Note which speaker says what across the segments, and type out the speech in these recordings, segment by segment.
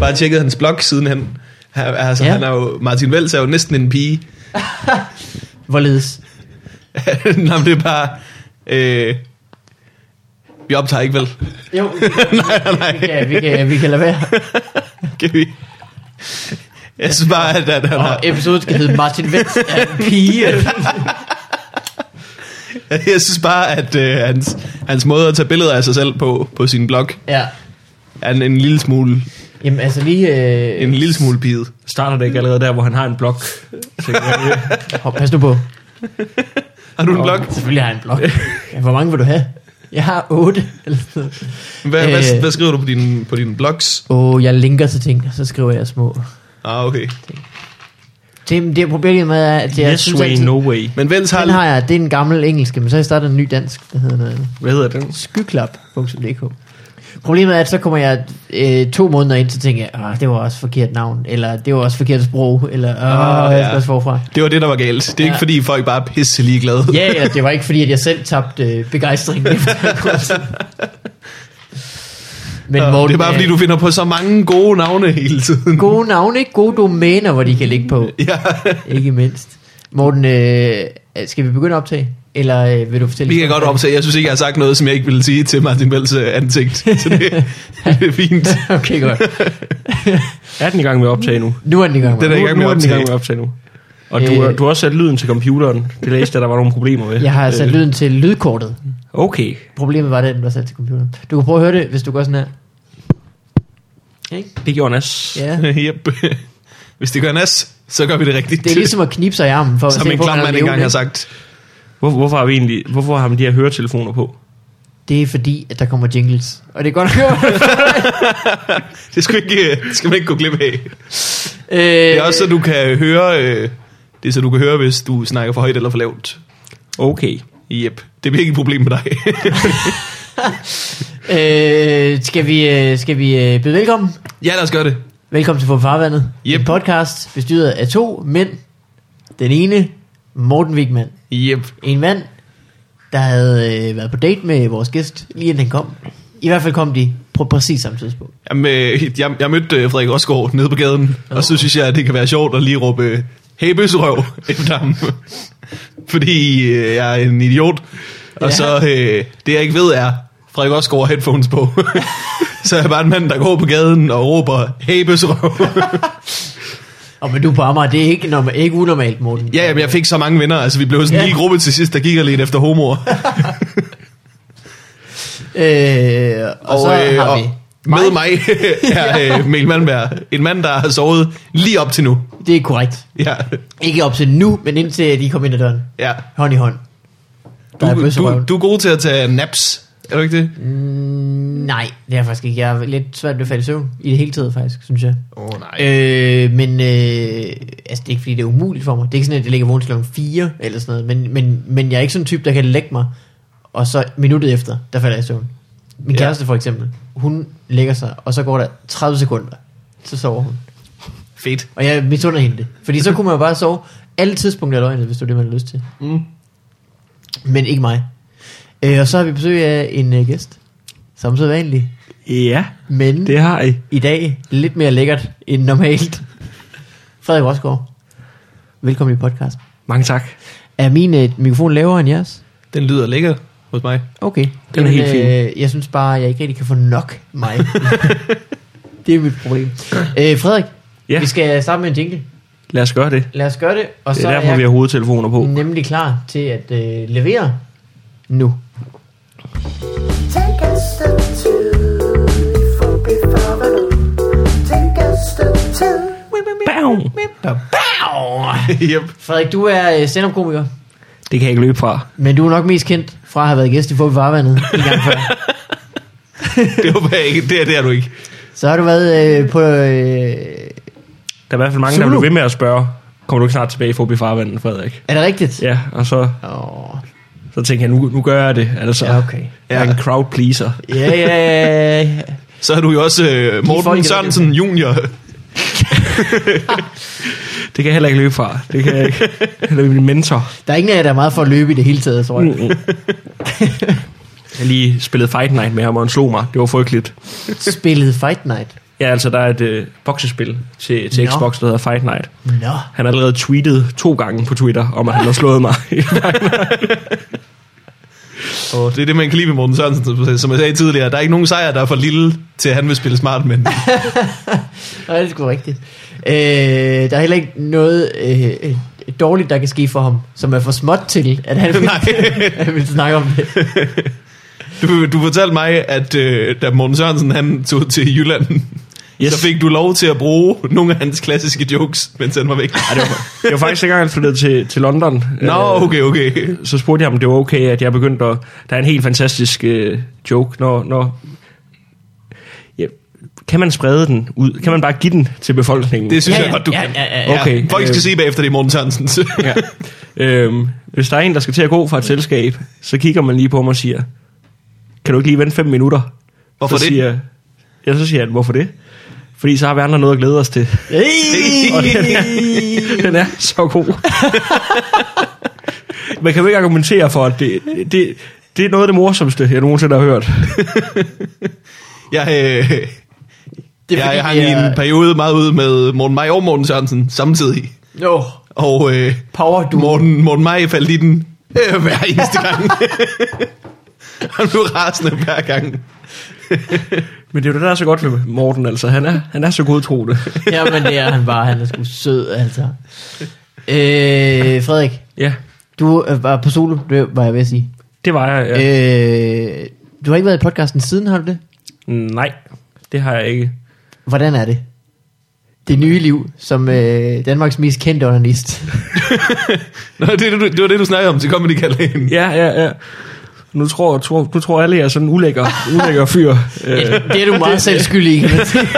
Speaker 1: bare tjekket hans blog sidenhen. Han, altså,
Speaker 2: Ja.
Speaker 1: ja. han er jo, Martin Vels er jo næsten en pige.
Speaker 2: Hvorledes?
Speaker 1: Nå, men det er bare... Øh, vi optager ikke, vel?
Speaker 2: Jo,
Speaker 1: nej, nej.
Speaker 2: vi kan, vi kan, vi kan lade være.
Speaker 1: Kan vi? Jeg synes bare, at, at han har,
Speaker 2: Og episoden skal hedde Martin Vest er en pige.
Speaker 1: jeg synes bare, at øh, hans, hans måde at tage billeder af sig selv på, på sin blog,
Speaker 2: Ja.
Speaker 1: er en, en lille smule,
Speaker 2: Jamen altså lige... Øh,
Speaker 1: en lille smule bidet.
Speaker 3: Starter det ikke allerede der, hvor han har en blok? Tænker jeg,
Speaker 2: Hop, pas nu på.
Speaker 1: Har du en blog?
Speaker 2: Og Selvfølgelig har jeg en blog. Ja, hvor mange vil du have? Jeg har otte. eller sådan noget.
Speaker 1: Hvad, øh, hvad,
Speaker 2: Øh.
Speaker 1: hvad skriver du på dine, på dine blogs?
Speaker 2: Åh, oh, jeg linker til ting, og så skriver jeg små.
Speaker 1: Ah, okay.
Speaker 2: Det, det problemet med er, at jeg
Speaker 3: yes
Speaker 2: synes
Speaker 3: way,
Speaker 2: altid,
Speaker 3: no way.
Speaker 1: Men Vels har...
Speaker 2: Den har jeg, det er en gammel engelsk, men så har jeg startet en ny dansk, der hedder noget andet.
Speaker 1: Hvad hedder den?
Speaker 2: Skyklap.dk Problemet er, at så kommer jeg øh, to måneder ind, så tænker jeg, "Åh, det var også forkert navn, eller det var også forkert sprog, eller Åh,
Speaker 1: Ah,
Speaker 2: jeg
Speaker 1: ja.
Speaker 2: skal også forfra.
Speaker 1: Det var det, der var galt. Det er ja.
Speaker 2: Ja.
Speaker 1: ikke, fordi folk bare er pisse ligeglade.
Speaker 2: Ja, ja, det var ikke fordi, at jeg selv tabte øh, begejstringen efter kursen. Men
Speaker 1: Morten,
Speaker 2: Morten,
Speaker 1: det er bare, fordi
Speaker 2: øh,
Speaker 1: du finder på så mange gode navne hele tiden.
Speaker 2: Gode navne, ikke? Gode domæner, hvor de kan ligge på.
Speaker 1: Ja,
Speaker 2: Ikke mindst. Morten, øh, skal vi begynde at optage? Eller øh, vil du fortælle?
Speaker 1: vi kan godt optage. Jeg synes ikke, jeg har sagt noget, som jeg ikke ville sige til Martin Vels øh, ansigt. Så det, det er fint.
Speaker 2: okay, godt.
Speaker 3: Er den i gang med at optage nu?
Speaker 2: Nu er den i gang.
Speaker 1: Den er
Speaker 3: nu,
Speaker 1: i gang med
Speaker 3: nu
Speaker 1: at
Speaker 3: er den i
Speaker 1: optage.
Speaker 3: gang med at optage nu. Og du,
Speaker 2: Øh.
Speaker 3: du har også sat lyden til computeren. Det læste jeg, der var nogle problemer med.
Speaker 2: Jeg har sat
Speaker 3: Øh,
Speaker 2: lyden til lydkortet.
Speaker 3: Okay.
Speaker 2: Problemet var, at den var sat til computeren. Du kan prøve at høre det, hvis du går sådan her. Ikke?
Speaker 3: Det gjorde Nas.
Speaker 2: Ja.
Speaker 1: Yep. Hvis det gør nas, så gør vi det rigtigt.
Speaker 2: Det er ligesom at knibe sig i armen for at
Speaker 1: som
Speaker 2: se,
Speaker 1: en
Speaker 2: hvor
Speaker 1: klam
Speaker 2: man er
Speaker 1: mand engang
Speaker 2: levende.
Speaker 1: har sagt.
Speaker 3: Hvor, hvorfor har vi egentlig, hvorfor har man de her høretelefoner på?
Speaker 2: Det er fordi, at der kommer jingles. Og det er godt at høre.
Speaker 1: Det skal, ikke, øh, det skal man ikke gå glip af.
Speaker 2: øh,
Speaker 1: Det er også, så du kan høre, øh, det er, så du kan høre, hvis du snakker for højt eller for lavt.
Speaker 3: Okay.
Speaker 1: Yep. Det bliver ikke et problem med dig.
Speaker 2: øh, skal vi, øh, skal vi øh, byde velkommen?
Speaker 1: ja, lad os gøre det.
Speaker 2: Velkommen til Fum Farvandet.
Speaker 1: Yep.
Speaker 2: En podcast bestyret af to mænd. Den ene, Morten Wigman.
Speaker 1: Yep.
Speaker 2: En mand, der havde øh, været på date med vores gæst, lige inden han kom. I hvert fald kom de på præcis samme tidspunkt.
Speaker 1: Jamen, øh, jeg, jeg mødte øh, Frederik Osgaard nede på gaden, og så synes jeg, at det kan være sjovt at lige råbe, øh, hey bøsserøv, efter ham. Fordi øh, jeg er en idiot. Og
Speaker 2: Ja.
Speaker 1: ja. så, øh, det jeg ikke ved er, Frederik Osgaard har headphones på. så er jeg bare en mand, der går på gaden og råber, hey bøsserøv.
Speaker 2: Og men du er på Amager, det er ikke, norma- ikke unormalt, Morten.
Speaker 1: ja, jamen, jeg fik så mange venner, altså vi blev sådan
Speaker 2: Ja.
Speaker 1: ja. lige en gruppe til sidst, der gik og lidt efter homoer.
Speaker 2: Øh, og, og, så øh, har
Speaker 1: og
Speaker 2: vi...
Speaker 1: med mig er øh, Mikkel Malmberg, en mand, der har sovet lige op til nu.
Speaker 2: Det er korrekt.
Speaker 1: Ja,
Speaker 2: Ikke op til nu, men indtil de kom ind ad døren.
Speaker 1: ja.
Speaker 2: Hånd i hånd. Der er
Speaker 1: Du, du,
Speaker 2: bøsserøven.
Speaker 1: du er god til at tage naps, er du ikke det?
Speaker 2: Nej, det er jeg faktisk ikke. Jeg er lidt svært ved at falde i søvn. I det hele taget, faktisk, synes jeg.
Speaker 1: Åh oh, nej.
Speaker 2: Øh, men øh, altså, det er ikke fordi, det er umuligt for mig. Det er ikke sådan, at jeg ligger vågen til klokken 4 eller sådan noget. Men, men, men jeg er ikke sådan en type, der kan lægge mig, og så minuttet efter, der falder jeg i søvn. Min
Speaker 1: Ja.
Speaker 2: kæreste for eksempel, hun lægger sig, og så går der 30 sekunder, så sover hun.
Speaker 1: Fedt.
Speaker 2: Og jeg misunder hende det. Fordi så kunne man jo bare sove alle tidspunkter af døgnet, hvis det var det, man havde lyst til.
Speaker 1: Mm.
Speaker 2: Men ikke mig. Øh, og så har vi besøg af en øh, gæst, som så vanligt.
Speaker 3: Ja,
Speaker 2: Men
Speaker 3: det har I.
Speaker 2: i dag lidt mere lækkert end normalt. Frederik Rosgaard, velkommen i podcast.
Speaker 3: Mange tak.
Speaker 2: Er min øh, mikrofon lavere end jeres?
Speaker 1: Den lyder lækker hos mig.
Speaker 2: Okay.
Speaker 3: Den er helt
Speaker 2: øh, jeg synes bare, at jeg ikke rigtig kan få nok mig. det er mit problem. Øh, Frederik,
Speaker 3: Ja.
Speaker 2: vi skal starte med en jingle.
Speaker 3: Lad os gøre det.
Speaker 2: Lad os gøre det, og
Speaker 3: Det
Speaker 2: så
Speaker 3: er derfor,
Speaker 2: jeg
Speaker 3: vi har hovedtelefoner på.
Speaker 2: nemlig klar til at øh, levere nu.
Speaker 4: Take a step two for before Take a step two.
Speaker 2: Mm.
Speaker 3: Bam!
Speaker 1: yep.
Speaker 2: Frederik, du er øh, stand-up-komiker,
Speaker 3: Det kan jeg ikke løbe fra.
Speaker 2: men du er nok mest kendt fra at have været gæst i Fugt Varvandet en gang før.
Speaker 1: Det håber jeg ikke. Det er, det er du ikke.
Speaker 2: Så har du været øh, på... Øh,
Speaker 3: Der er i hvert fald mange,
Speaker 2: Zulu.
Speaker 3: der bliver ved med at spørge, kommer du ikke snart tilbage i forbi farvandet, Frederik?
Speaker 2: er det rigtigt?
Speaker 3: Ja, og så,
Speaker 2: Åh,
Speaker 3: så tænker jeg, nu, nu gør jeg det. Altså,
Speaker 2: ja, okay.
Speaker 3: Jeg er en crowd pleaser.
Speaker 2: Ja, ja, ja, ja.
Speaker 1: Så er du jo også øh,
Speaker 2: folk er
Speaker 1: Morten Sørensen junior.
Speaker 3: Det kan jeg heller ikke løbe fra. Det kan jeg ikke. Eller min mentor.
Speaker 2: Der er ingen af jer, der er meget for at løbe i det hele taget, tror jeg.
Speaker 3: Jeg lige spillede Fight Night med ham, og han slog mig. Det var frygteligt.
Speaker 2: Spillede Fight Night.
Speaker 3: Ja, altså der er et øh, boksespil til, til
Speaker 2: Nå.
Speaker 3: Xbox, der hedder Fight Night.
Speaker 2: Nå.
Speaker 3: Han har allerede tweetet to gange på Twitter, om at han har slået mig.
Speaker 1: Og det er det, man kan lide ved Morten Sørensen, som jeg sagde tidligere. Der er ikke nogen sejr, der er for lille til, at han vil spille smart, men
Speaker 2: Nej, det er sgu rigtigt. Øh, der er heller ikke noget øh, øh, dårligt, der kan ske for ham, som er for småt til, at han vil,
Speaker 1: Nej.
Speaker 2: han vil snakke om det.
Speaker 1: du, du fortalte mig, at øh, da Morten Sørensen han tog til Jylland, yes.
Speaker 3: Yes.
Speaker 1: så fik du lov til at bruge nogle af hans klassiske jokes, mens han var væk.
Speaker 3: Ej, det, var, det var faktisk dengang, han flyttede til, til London.
Speaker 1: Nå,
Speaker 3: Øh,
Speaker 1: okay, okay.
Speaker 3: Så spurgte jeg, om det var okay, at jeg begyndte at... Der er en helt fantastisk øh, joke, når... når ja, kan man sprede den ud? Kan man bare give den til befolkningen?
Speaker 1: Det synes
Speaker 2: Ja,
Speaker 1: jeg
Speaker 2: ja,
Speaker 1: godt, du
Speaker 2: ja,
Speaker 1: kan.
Speaker 2: ja, ja, ja.
Speaker 3: Okay,
Speaker 1: Folk skal
Speaker 3: øh.
Speaker 1: se bagefter, det er Morten Sørensens.
Speaker 3: ja. øhm, hvis der er en, der skal til at gå fra et selskab, så kigger man lige på mig og siger, kan du ikke lige vente fem minutter?
Speaker 1: Hvorfor
Speaker 3: så
Speaker 1: det?
Speaker 3: Siger, ja, så siger jeg, hvorfor det? Fordi så har vi andre noget at glæde os til.
Speaker 2: Hey!
Speaker 3: Den er så god. Man kan jo ikke argumentere for, at det, det, det er noget af det morsomste, jeg nogensinde har hørt.
Speaker 1: Jeg, øh,
Speaker 2: Det er
Speaker 1: jeg,
Speaker 2: fordi,
Speaker 1: jeg har
Speaker 2: vi er-
Speaker 1: i en periode meget ude med Morten Maj og Morten Sørensen samtidig.
Speaker 2: Nå,
Speaker 1: Og øh,
Speaker 2: power du.
Speaker 1: Morten, Morten Maj faldt i den øh, hver eneste gang. Han blev rasende hver gang.
Speaker 3: Men det er jo det, der er så godt ved Morten, altså. Han er, han er så godtroende.
Speaker 2: Jamen det er han bare, han er sgu sød, altså. Øh, Frederik,
Speaker 3: Ja,
Speaker 2: du øh, var på solo, det var jeg ved at sige.
Speaker 3: det var jeg. Ja.
Speaker 2: Ja. Øh, du har ikke været i podcasten siden, har du det?
Speaker 3: Nej, det har jeg ikke.
Speaker 2: Hvordan er det? Det nye liv, som øh, Danmarks mest kendte onanist.
Speaker 1: Nå, det, det, det var det, du snakkede om til Comedy Kalenderen.
Speaker 3: Ja, ja, ja. Nu tror, tror, nu tror alle, jeg er sådan en ulækker, ulækker fyr. Øh,
Speaker 2: Det er du meget selv skyldig i. kan man sige.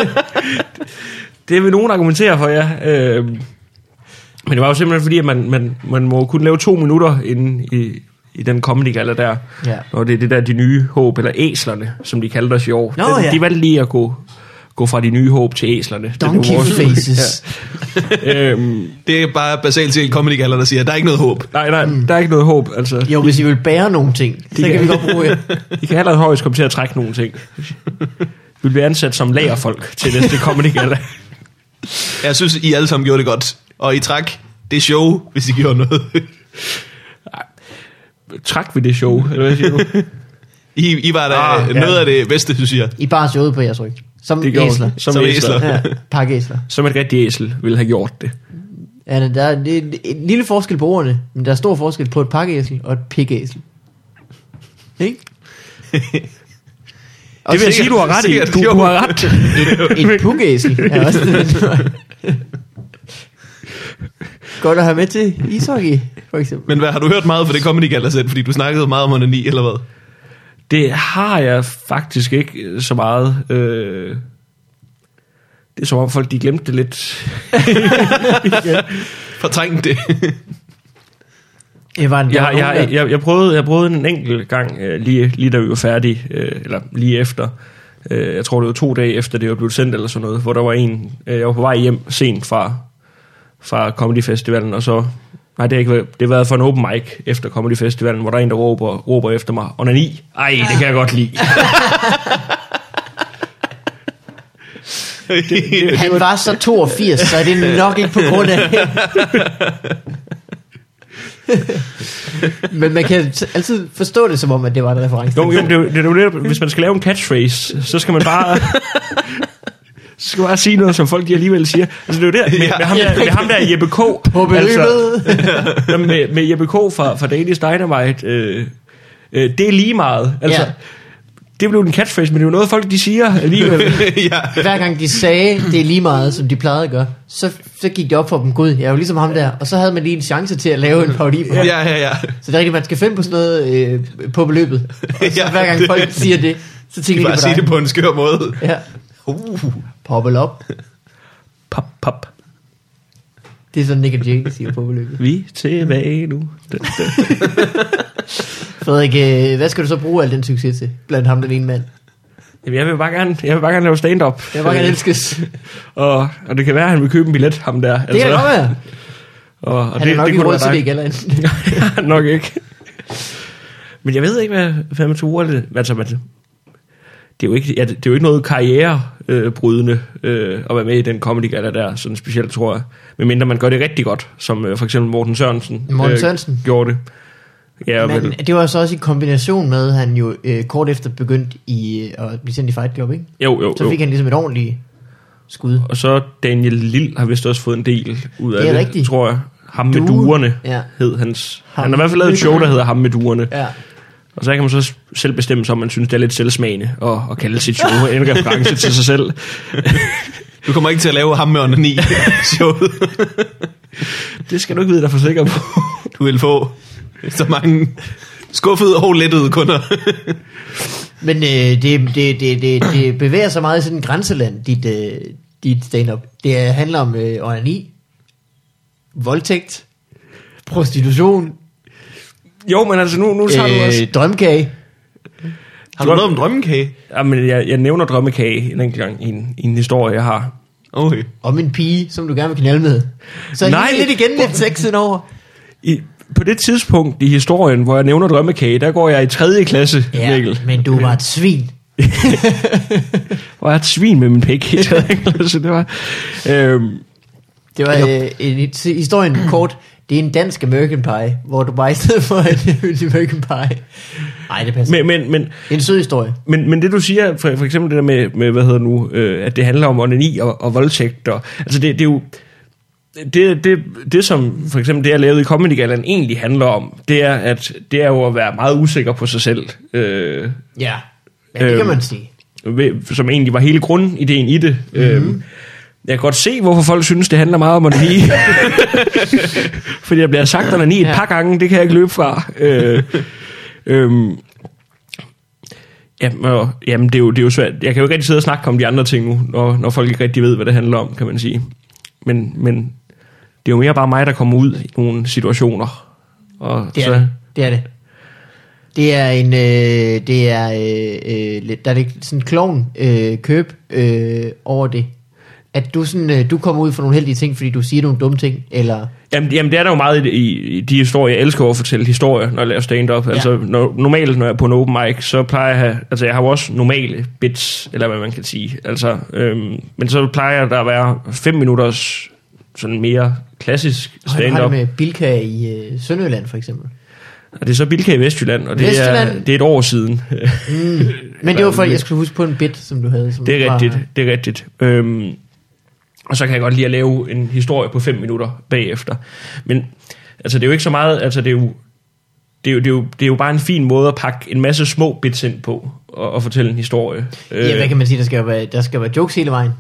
Speaker 3: det vil nogen argumentere for, ja. Øh, men det var jo simpelthen fordi, at man, man, man må kun lave to minutter inden i, i den comedy gala der.
Speaker 2: Ja.
Speaker 3: Og det er det der, de nye håb, eller æslerne, som de kaldte os i år.
Speaker 2: Nå,
Speaker 3: den,
Speaker 2: ja.
Speaker 3: De valgte lige at gå, gå fra de nye håb til æslerne. Det blev
Speaker 2: Donkey
Speaker 3: vores-
Speaker 2: faces.
Speaker 3: ja. øhm,
Speaker 1: Det er bare basalt set Comedy Kalenderen, der siger, at der er ikke noget håb.
Speaker 3: nej, nej, der er ikke noget håb. Altså,
Speaker 2: Jo, hvis I vil bære nogle ting, så
Speaker 3: kan-
Speaker 2: kan vi godt bruge jer.
Speaker 3: I kan allerhøjst komme til at trække nogle ting. Vi bliver ansat som lagerfolk til næste comedy gala.
Speaker 1: Jeg synes, I alle sammen gjorde det godt. Og I trak det show, hvis I gjorde noget.
Speaker 3: Træk vi det show? Eller hvad siger du?
Speaker 1: I, I var da
Speaker 3: Ah,
Speaker 1: ah,
Speaker 3: ja.
Speaker 1: noget af det bedste, synes jeg.
Speaker 2: I bare showet på jeres ryg. Som
Speaker 3: Det gjorde vi.
Speaker 2: æsler.
Speaker 1: Som æsler.
Speaker 2: Ja, pakke æsler.
Speaker 3: Som et rigtig æsel ville have gjort det.
Speaker 2: Ja, der er en, en lille forskel på ordene, men der er stor forskel på et pakkeæsel og et pikæsel. Ikke?
Speaker 3: Og det vil jeg sige, du har ret i.
Speaker 1: sikkert,
Speaker 3: Du,
Speaker 1: jo.
Speaker 3: du har ret.
Speaker 2: Et pukæsel er også Godt at have med til ishockey, for eksempel.
Speaker 1: Men hvad, har du hørt meget fra det Comedy Kalenderen, fordi du snakkede meget om onani, eller hvad?
Speaker 3: Det har jeg faktisk ikke øh, så meget. Øh, det er som om folk, de glemte det lidt.
Speaker 1: Fortrængte det.
Speaker 2: Det var en, der var
Speaker 3: Jeg,
Speaker 2: nogen,
Speaker 3: jeg,
Speaker 2: der-
Speaker 3: jeg, jeg, prøvede, jeg prøvede en enkelt gang, øh, lige, lige da vi var færdige, øh, eller lige efter. Øh, jeg tror, det var to dage efter, det var blevet sendt eller sådan noget, hvor der var en, øh, jeg var på vej hjem sent fra, fra Comedy Festivalen, og så, nej, det har ikke været, det har været for en open mic efter Comedy Festivalen, hvor der er en, der råber, råber efter mig, onani, ej, det kan jeg godt lide.
Speaker 2: Han var så 82, så er det nok ikke på grund af Men man kan t- altid forstå det som om, at det var en reference.
Speaker 3: Jo, jo, men det, er jo- det er jo netop, hvis man skal lave en catchphrase, så skal man bare... Så skal man bare sige noget, som folk de alligevel siger. Altså, det er jo der, med, med, ham, der, med ham der Jeppe K.
Speaker 2: På
Speaker 3: altså,
Speaker 2: beløbet. Altså,
Speaker 3: Nå, med, med Jeppe K. fra, fra Danish Dynamite. Øh, øh, det er lige meget. Altså,
Speaker 2: Ja.
Speaker 3: ja. Det blev en catchphrase, men det er jo noget, folk de siger alligevel.
Speaker 1: ja.
Speaker 2: Hver gang de sagde, det er lige meget, som de plejede at gøre, så, så gik det op for dem, gud, jeg er jo ligesom ham der. Og så havde man lige en chance til at lave en parodi på ham.
Speaker 1: Ja, ja, ja.
Speaker 2: Så det er rigtigt, man skal finde på sådan noget øh, på beløbet. Og så
Speaker 1: Ja,
Speaker 2: hver gang
Speaker 1: det-
Speaker 2: folk siger det, så tænker de
Speaker 1: Bare
Speaker 2: på
Speaker 1: sige
Speaker 2: dig.
Speaker 1: det på en skør måde.
Speaker 2: Ja.
Speaker 1: Uh.
Speaker 2: Poppel op.
Speaker 3: Pop, pop.
Speaker 2: Det er sådan Nick Jake siger på beløbet.
Speaker 3: Vi er tilbage nu. Den, den.
Speaker 2: Frederik, øh, hvad skal du så bruge al den succes til? Blandt ham den ene mand.
Speaker 3: Jamen, jeg vil bare gerne, jeg vil bare gerne lave stand-up. Øh,
Speaker 2: Jeg var gerne elskes.
Speaker 3: og, og det kan være, at han vil købe en billet, ham der. altså.
Speaker 2: Det kan det godt være.
Speaker 3: Og, og
Speaker 2: Han er nok ikke
Speaker 3: kunne
Speaker 2: råd
Speaker 3: da
Speaker 2: til
Speaker 3: være
Speaker 2: det
Speaker 3: dig.
Speaker 2: igen. eller andet.
Speaker 3: Nej, nok ikke. Men jeg ved ikke, hvad, hvad man tror det. Altså, man, det er jo ikke, ja, det det er jo ikke noget karrierebrydende øh, at være med i den comedy gala der, sådan specielt tror jeg. Medmindre man gør det rigtig godt, som øh, for eksempel Morten Sørensen, øh,
Speaker 2: Morten Sørensen.
Speaker 3: gjorde det. Ja,
Speaker 2: Men
Speaker 3: vel,
Speaker 2: det var så også i kombination med, at han jo øh, kort efter begyndte i, øh, at blive sendt i Fight Club, ikke?
Speaker 3: jo, jo,
Speaker 2: Så
Speaker 3: jo.
Speaker 2: fik han ligesom et ordentligt skud.
Speaker 3: Og så Daniel Lille har vist også fået en del ud af
Speaker 2: Det er
Speaker 3: det,
Speaker 2: rigtigt.
Speaker 3: tror jeg. Ham med
Speaker 2: Due.
Speaker 3: duerne
Speaker 2: Ja.
Speaker 3: hed hans.
Speaker 2: Ham
Speaker 3: han har i hvert fald lavet et
Speaker 2: med
Speaker 3: show, der hedder Ham med duerne.
Speaker 2: Ja.
Speaker 3: Og så kan man så s- selv bestemme, om man synes, det er lidt selvsmagende at, at kalde sit show en reference til sig selv.
Speaker 1: Du kommer ikke til at lave ham med onani showet.
Speaker 3: Det skal du ikke vide dig for sikker på.
Speaker 1: Du vil få så mange skuffede og lettede kunder.
Speaker 2: Men øh, det, det, det, det, det bevæger sig meget i sådan en grænseland, dit, øh, dit stand-up. Det øh, handler om øh, onani, voldtægt, prostitution,
Speaker 3: Jo, men altså nu, nu tager øh, du også...
Speaker 2: øh, drømkage.
Speaker 1: Har du noget om drømmekage?
Speaker 3: Jamen, jeg, jeg nævner drømmekage en enkelt gang i en, i en historie, jeg har.
Speaker 1: Okay.
Speaker 2: om en pige, som du gerne vil knalde med. Så
Speaker 3: Nej.
Speaker 2: Nej. lige lidt igen lidt sexen over.
Speaker 3: I, på det tidspunkt i historien, hvor jeg nævner drømmekage, der går jeg i 3. klasse, ja. Mikkel.
Speaker 2: men du var et svin.
Speaker 3: Og jeg er et svin med min pik i 3. klasse. Det var... Øhm,
Speaker 2: Det var øh, en, historien kort. Det er en dansk American Pie, hvor du bare i stedet for en en American Pie. Nej, det passer. Men,
Speaker 3: men, men, men,
Speaker 2: en sød historie.
Speaker 3: men, men det du siger, for, for eksempel det der med, med hvad hedder nu, øh, at det handler om onani og, og voldtægt, og, altså det, det er jo, det, det, det som for eksempel det, jeg lavede i Comedy Gallaen egentlig handler om, det er, at, det er jo at være meget usikker på sig selv. Øh,
Speaker 2: Ja, ja det
Speaker 3: Øhm.
Speaker 2: kan man sige.
Speaker 3: ved- som egentlig var hele grundideen i det.
Speaker 2: Mhm.
Speaker 3: Mm-hmm. Øhm, jeg kan godt se, hvorfor folk synes, det handler meget om onani. Fordi jeg bliver sagt onani et
Speaker 2: Ja.
Speaker 3: par gange, det kan jeg ikke løbe fra. Øh, øhm, jamen, og, jamen det, er jo, det er jo svært. Jeg kan jo ikke rigtig sidde og snakke om de andre ting nu, når, når folk ikke rigtig ved, hvad det handler om, kan man sige. Men, men det er jo mere bare mig, der kommer ud i nogle situationer. Og
Speaker 2: Det er
Speaker 3: så,
Speaker 2: det. Det er det. Det er en, øh, det er, øh, øh, lidt- der er lidt sådan en klovn øh, køb øh, over det. At du, sådan, øh, du kommer ud for nogle heldige ting, fordi du siger nogle dumme ting, eller
Speaker 3: Jamen, jamen, det er der jo meget i, i, i de historier. Jeg elsker jo at fortælle historier, når jeg laver stand-up. Ja. Altså, når, normalt, når jeg er på en open mic, så plejer jeg at have... Altså, jeg har jo også normale bits, eller hvad man kan sige. Altså, øhm, men så plejer der at være fem minutters sådan mere klassisk
Speaker 2: Og han har det
Speaker 3: stand-up.
Speaker 2: med Bilka i øh, Sønderjylland for eksempel.
Speaker 3: Og det er så Bilka i Vestjylland, og det, Er,
Speaker 2: Vestjylland.
Speaker 3: det er et år siden.
Speaker 2: Men det var fordi, jeg skulle huske på en bit, som du havde. Som
Speaker 3: Det er
Speaker 2: var,
Speaker 3: rigtigt, det er rigtigt. Øhm, og så kan jeg godt lide at lave en historie på fem minutter bagefter. Men altså, det er jo ikke så meget, altså det er jo, det er jo, det er jo, det er jo bare en fin måde at pakke en masse små bits ind på og, og fortælle en historie. Øh,
Speaker 2: Ja, hvad kan man sige, der skal jo være, der skal være jokes hele vejen.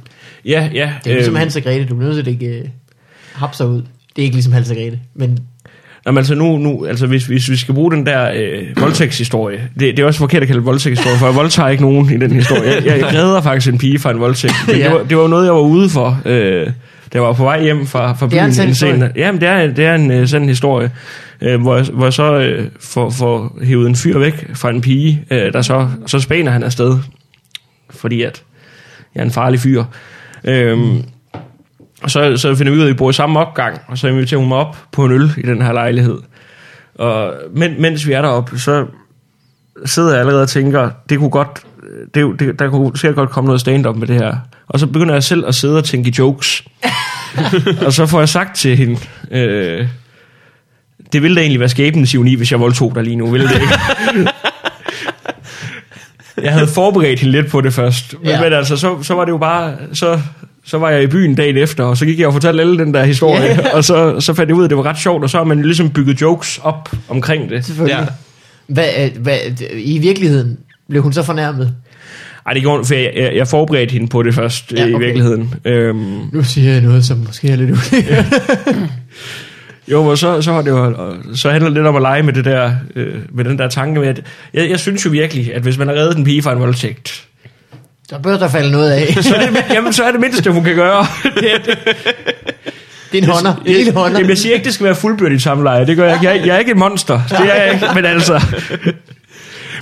Speaker 3: Ja, ja. øh,
Speaker 2: Det er ligesom Hans og Grete, du bliver nødt til at ikke øh, hapser ud. Det er ikke ligesom Hans og Grete, men
Speaker 3: Jamen, altså nu, nu altså hvis, hvis vi skal bruge den der øh, voldtægtshistorie, det, det er også forkert at kalde det voldtægtshistorie, for jeg voldtager ikke nogen i den historie. Jeg, jeg redder faktisk en pige fra en voldtægt. Men
Speaker 2: Ja.
Speaker 3: det, var, det var jo noget, jeg var ude for, øh, da jeg var på vej hjem fra, fra
Speaker 2: Det er en sand
Speaker 3: byen.
Speaker 2: historie.
Speaker 3: Jamen, det er, det er en øh, sådan historie, øh, hvor, jeg, hvor jeg så øh, får, får hævet en fyr væk fra en pige, øh, der så, så spæner han afsted, fordi at jeg er en farlig fyr. Øhm, og så, så finder vi ud af, at vi bor i samme opgang, og så inviterer hun mig op på en øl i den her lejlighed. Og men, mens vi er deroppe, så sidder jeg allerede og tænker, det kunne godt, det, er jo- det, der kunne sikkert godt komme noget stand-up med det her. Og så begynder jeg selv at sidde og tænke i jokes. og så får jeg sagt til hende, øh, det ville da egentlig være skæbnens ironi, hvis jeg voldtog dig lige nu, ville det ikke? jeg havde forberedt hende lidt på det først. Men,
Speaker 2: Ja.
Speaker 3: ja. men altså, så, så var det jo bare, så, så var jeg i byen dagen efter, og så gik jeg og fortalte alle den der historie,
Speaker 2: Ja.
Speaker 3: og så, så fandt jeg ud af, at det var ret sjovt, og så har man ligesom bygget jokes op omkring det.
Speaker 2: selvfølgelig. Ja. Hvad, øh, hvad, øh, I virkeligheden blev hun så fornærmet.
Speaker 3: Ej, det gjorde hun, for jeg, jeg, jeg forberedte hende på det først
Speaker 2: Ja,
Speaker 3: ja, okay. i
Speaker 2: okay.
Speaker 3: virkeligheden. Øhm,
Speaker 2: Nu siger jeg noget, som måske er lidt ulækkert.
Speaker 3: jo, og så, så, har det jo, og så handler det lidt om at lege med, det der, øh, med den der tanke med, at jeg, jeg synes jo virkelig, at hvis man har reddet en pige fra en voldtægt,
Speaker 2: Der bør der falde noget af.
Speaker 3: så er det, jamen, så er det mindste, hun kan gøre.
Speaker 2: Det er en hånder. En lille hånder.
Speaker 3: Jamen, jeg siger ikke, det skal være fuldbyrdigt samleje. Det gør jeg ikke. Jeg, er- jeg er ikke et monster. Det er jeg ikke, men altså...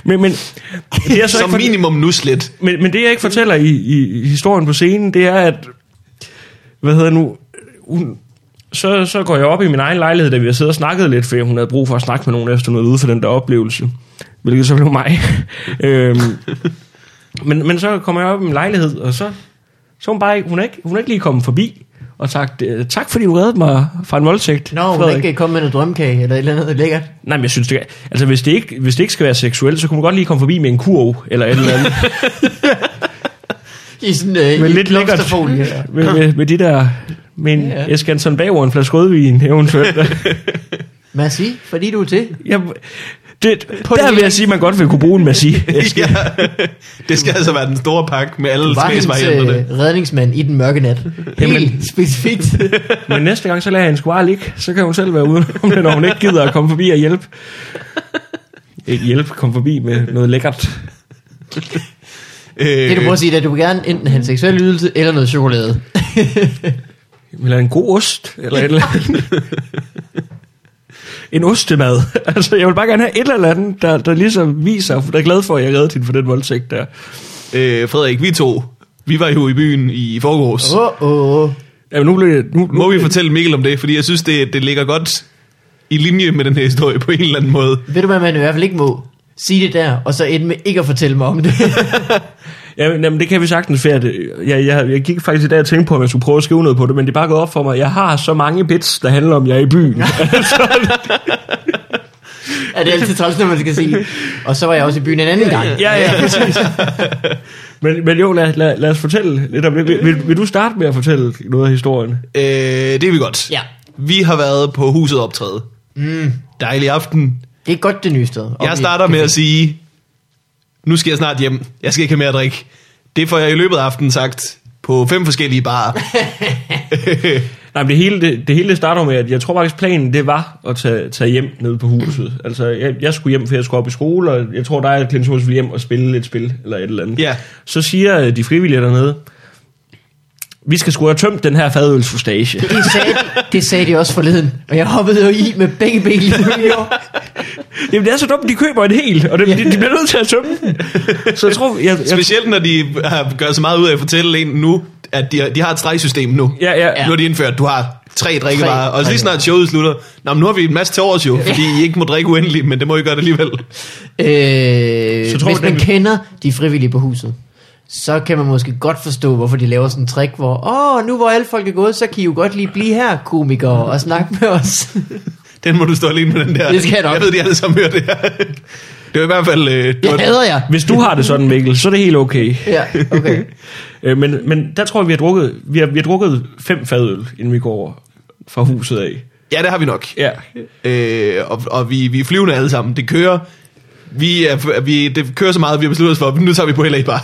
Speaker 3: Men, men, det er så
Speaker 1: Som
Speaker 3: ikke for-
Speaker 1: minimum nuslet.
Speaker 3: men, men det jeg ikke fortæller i, i, i historien på scenen, det er, at hvad hedder nu, hun, så, så går jeg op i min egen lejlighed, da vi har siddet og snakket lidt, for hun havde brug for at snakke med nogen efter noget ude for den der oplevelse, hvilket så blev mig. øhm, Men, men så kommer jeg op i min lejlighed, og så, så er hun bare ikke, hun er ikke, hun er ikke lige kommet forbi og sagt, øh, tak fordi du reddede mig fra en voldtægt,
Speaker 2: Nå, hun er ikke kommet med noget drømkage eller et eller andet lækkert.
Speaker 3: Nej, men jeg synes, det er, altså, hvis, det ikke, hvis det ikke skal være seksuelt, så kunne man godt lige komme forbi med en kurv eller et eller andet.
Speaker 2: I sådan øh,
Speaker 3: Men
Speaker 2: i
Speaker 3: lidt lækkert.
Speaker 2: blomsterfolie.
Speaker 3: med, med, med, de der... Med en
Speaker 2: Ja.
Speaker 3: yeah. Eskanson bagover en flaske rødvin, eventuelt.
Speaker 2: Merci, fordi du er til.
Speaker 3: jeg, det,
Speaker 2: På
Speaker 3: der
Speaker 2: det-
Speaker 3: vil jeg sige, at man godt vil kunne bruge en massi.
Speaker 1: ja. Det skal altså være den store pakke med alle
Speaker 2: Du var hendes
Speaker 1: smagsvarianterne.
Speaker 2: øh, redningsmand i den mørke nat.
Speaker 3: Jamen.
Speaker 2: Helt specifikt.
Speaker 3: Men næste gang, så lader jeg hende sgu bare ligge. Så kan hun selv være ude om det, når hun ikke gider at komme forbi og hjælpe. Ikke hjælpe, komme forbi med noget lækkert.
Speaker 2: øh, Det du
Speaker 1: Øh,
Speaker 2: prøver at sige, det er, at du vil gerne enten have en seksuel ydelse eller noget chokolade.
Speaker 3: Eller en god ost, eller et eller andet. en ostemad. altså, jeg vil bare gerne have et eller andet, der, der ligesom viser, der er glad for, at jeg reddede hende for den voldtægt der.
Speaker 1: øh, Frederik, vi to, vi var jo i byen i forgårs.
Speaker 2: Åh, åh, åh.
Speaker 3: Jamen, nu blev det... Nu, nu,
Speaker 1: Må vi fortælle Mikkel om det? Fordi jeg synes, det, det ligger godt i linje med den her historie på en eller anden måde.
Speaker 2: Ved du hvad man i hvert fald ikke må? Sige det der, og så ende med ikke at fortælle mig om det.
Speaker 3: Jamen, jamen, det kan vi sagtens, for jeg, jeg, jeg, jeg gik faktisk i dag og tænkte på, om jeg skulle prøve at skrive noget på det, men det er bare gået op for mig. Jeg har så mange bits, der handler om, at jeg er i byen.
Speaker 2: er det altid træls, når man skal sige. Og så var jeg også i byen en anden gang.
Speaker 3: ja, ja, præcis. men, men jo, lad, lad, lad os fortælle lidt om det. Vil, vil, vil du starte med at fortælle noget af historien?
Speaker 1: Øh, det er vi godt.
Speaker 2: Ja.
Speaker 1: Vi har været på huset optræde. Mm. Dejlig aften.
Speaker 2: Det er godt det nye sted. Og
Speaker 1: Jeg
Speaker 2: vi-
Speaker 1: starter med at sige, nu skal jeg snart hjem. Jeg skal ikke have mere at drikke. Det får jeg i løbet af aftenen sagt på fem forskellige barer.
Speaker 3: Nej, men det hele, det, det hele starter med, at jeg tror faktisk, planen det var at tage, tage hjem ned på huset. Altså, jeg, jeg skulle hjem, for jeg skulle op i skole, og jeg tror, dig og Clint Hus ville hjem og spille et spil, eller et eller andet.
Speaker 1: Ja.
Speaker 3: Så siger øh, de frivillige dernede, vi skal sgu have tømt den her fadølsfustage.
Speaker 2: Det sagde, det sagde de også forleden. Og jeg hoppede jo i med begge ben i New York.
Speaker 3: Jamen, det er så dumt, de køber en hel, og det, de, de bliver nødt til at tømme den. Så jeg tror, jeg, jeg,
Speaker 1: Specielt når de har- gør så meget ud af at fortælle en nu, at de har, de har et stregsystem nu.
Speaker 3: Ja, ja.
Speaker 1: Nu har de indført, du har tre drikkevarer,
Speaker 2: Tre.
Speaker 1: og lige snart showet slutter, Nå, men nu har vi en masse til års jo, fordi I ikke må drikke uendeligt, men det må I gøre alligevel.
Speaker 2: Øh,
Speaker 3: Så
Speaker 2: så
Speaker 3: tror
Speaker 2: tror, hvis
Speaker 3: du, den
Speaker 2: man
Speaker 3: vil-
Speaker 2: kender de frivillige på huset, så kan man måske godt forstå, hvorfor de laver sådan en trick, hvor, åh, nu hvor alle folk er gået, så kan I jo godt lige blive her, komikere, og snakke med os.
Speaker 1: Den må du stå alene med den der.
Speaker 2: Det skal jeg nok.
Speaker 1: Jeg ved, de alle sammen hører det her. Det var i hvert fald... Øh, det var-
Speaker 2: Det hader jeg.
Speaker 3: hvis du har det sådan, Mikkel, så er det helt okay.
Speaker 2: Ja, okay.
Speaker 3: Øh, men, men der tror jeg, vi har drukket, vi har, vi har drukket fem fadøl, inden vi går over fra huset af.
Speaker 1: ja, det har vi nok.
Speaker 3: Ja,
Speaker 1: Øh, og og vi, vi er flyvende alle sammen. Det kører. Vi er, vi, det kører så meget, at vi har besluttet os for, nu tager vi på LA bare.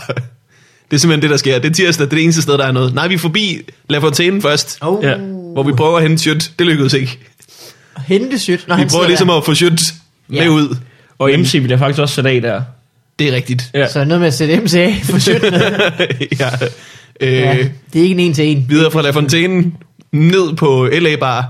Speaker 1: Det er simpelthen det, der sker. Det er tirsdag, det er det eneste sted, der er noget. Nej, vi er forbi La Fontaine først,
Speaker 2: Oh,
Speaker 3: Ja.
Speaker 2: ja.
Speaker 1: hvor vi prøver at hente shit. Det lykkedes ikke.
Speaker 2: Hente sygt, når
Speaker 1: Vi
Speaker 2: han
Speaker 1: prøver
Speaker 2: sidder
Speaker 1: ligesom
Speaker 2: der.
Speaker 1: at få shit med
Speaker 2: Ja.
Speaker 1: ud.
Speaker 3: Og MC ville jeg faktisk også sætte af der.
Speaker 1: Det er rigtigt.
Speaker 3: Ja.
Speaker 2: Så noget med at sætte MC af for sygt.
Speaker 1: ja. Øh,
Speaker 2: Ja, det er ikke en en til en.
Speaker 1: Videre fra La Fontaine, ned på LA Bar.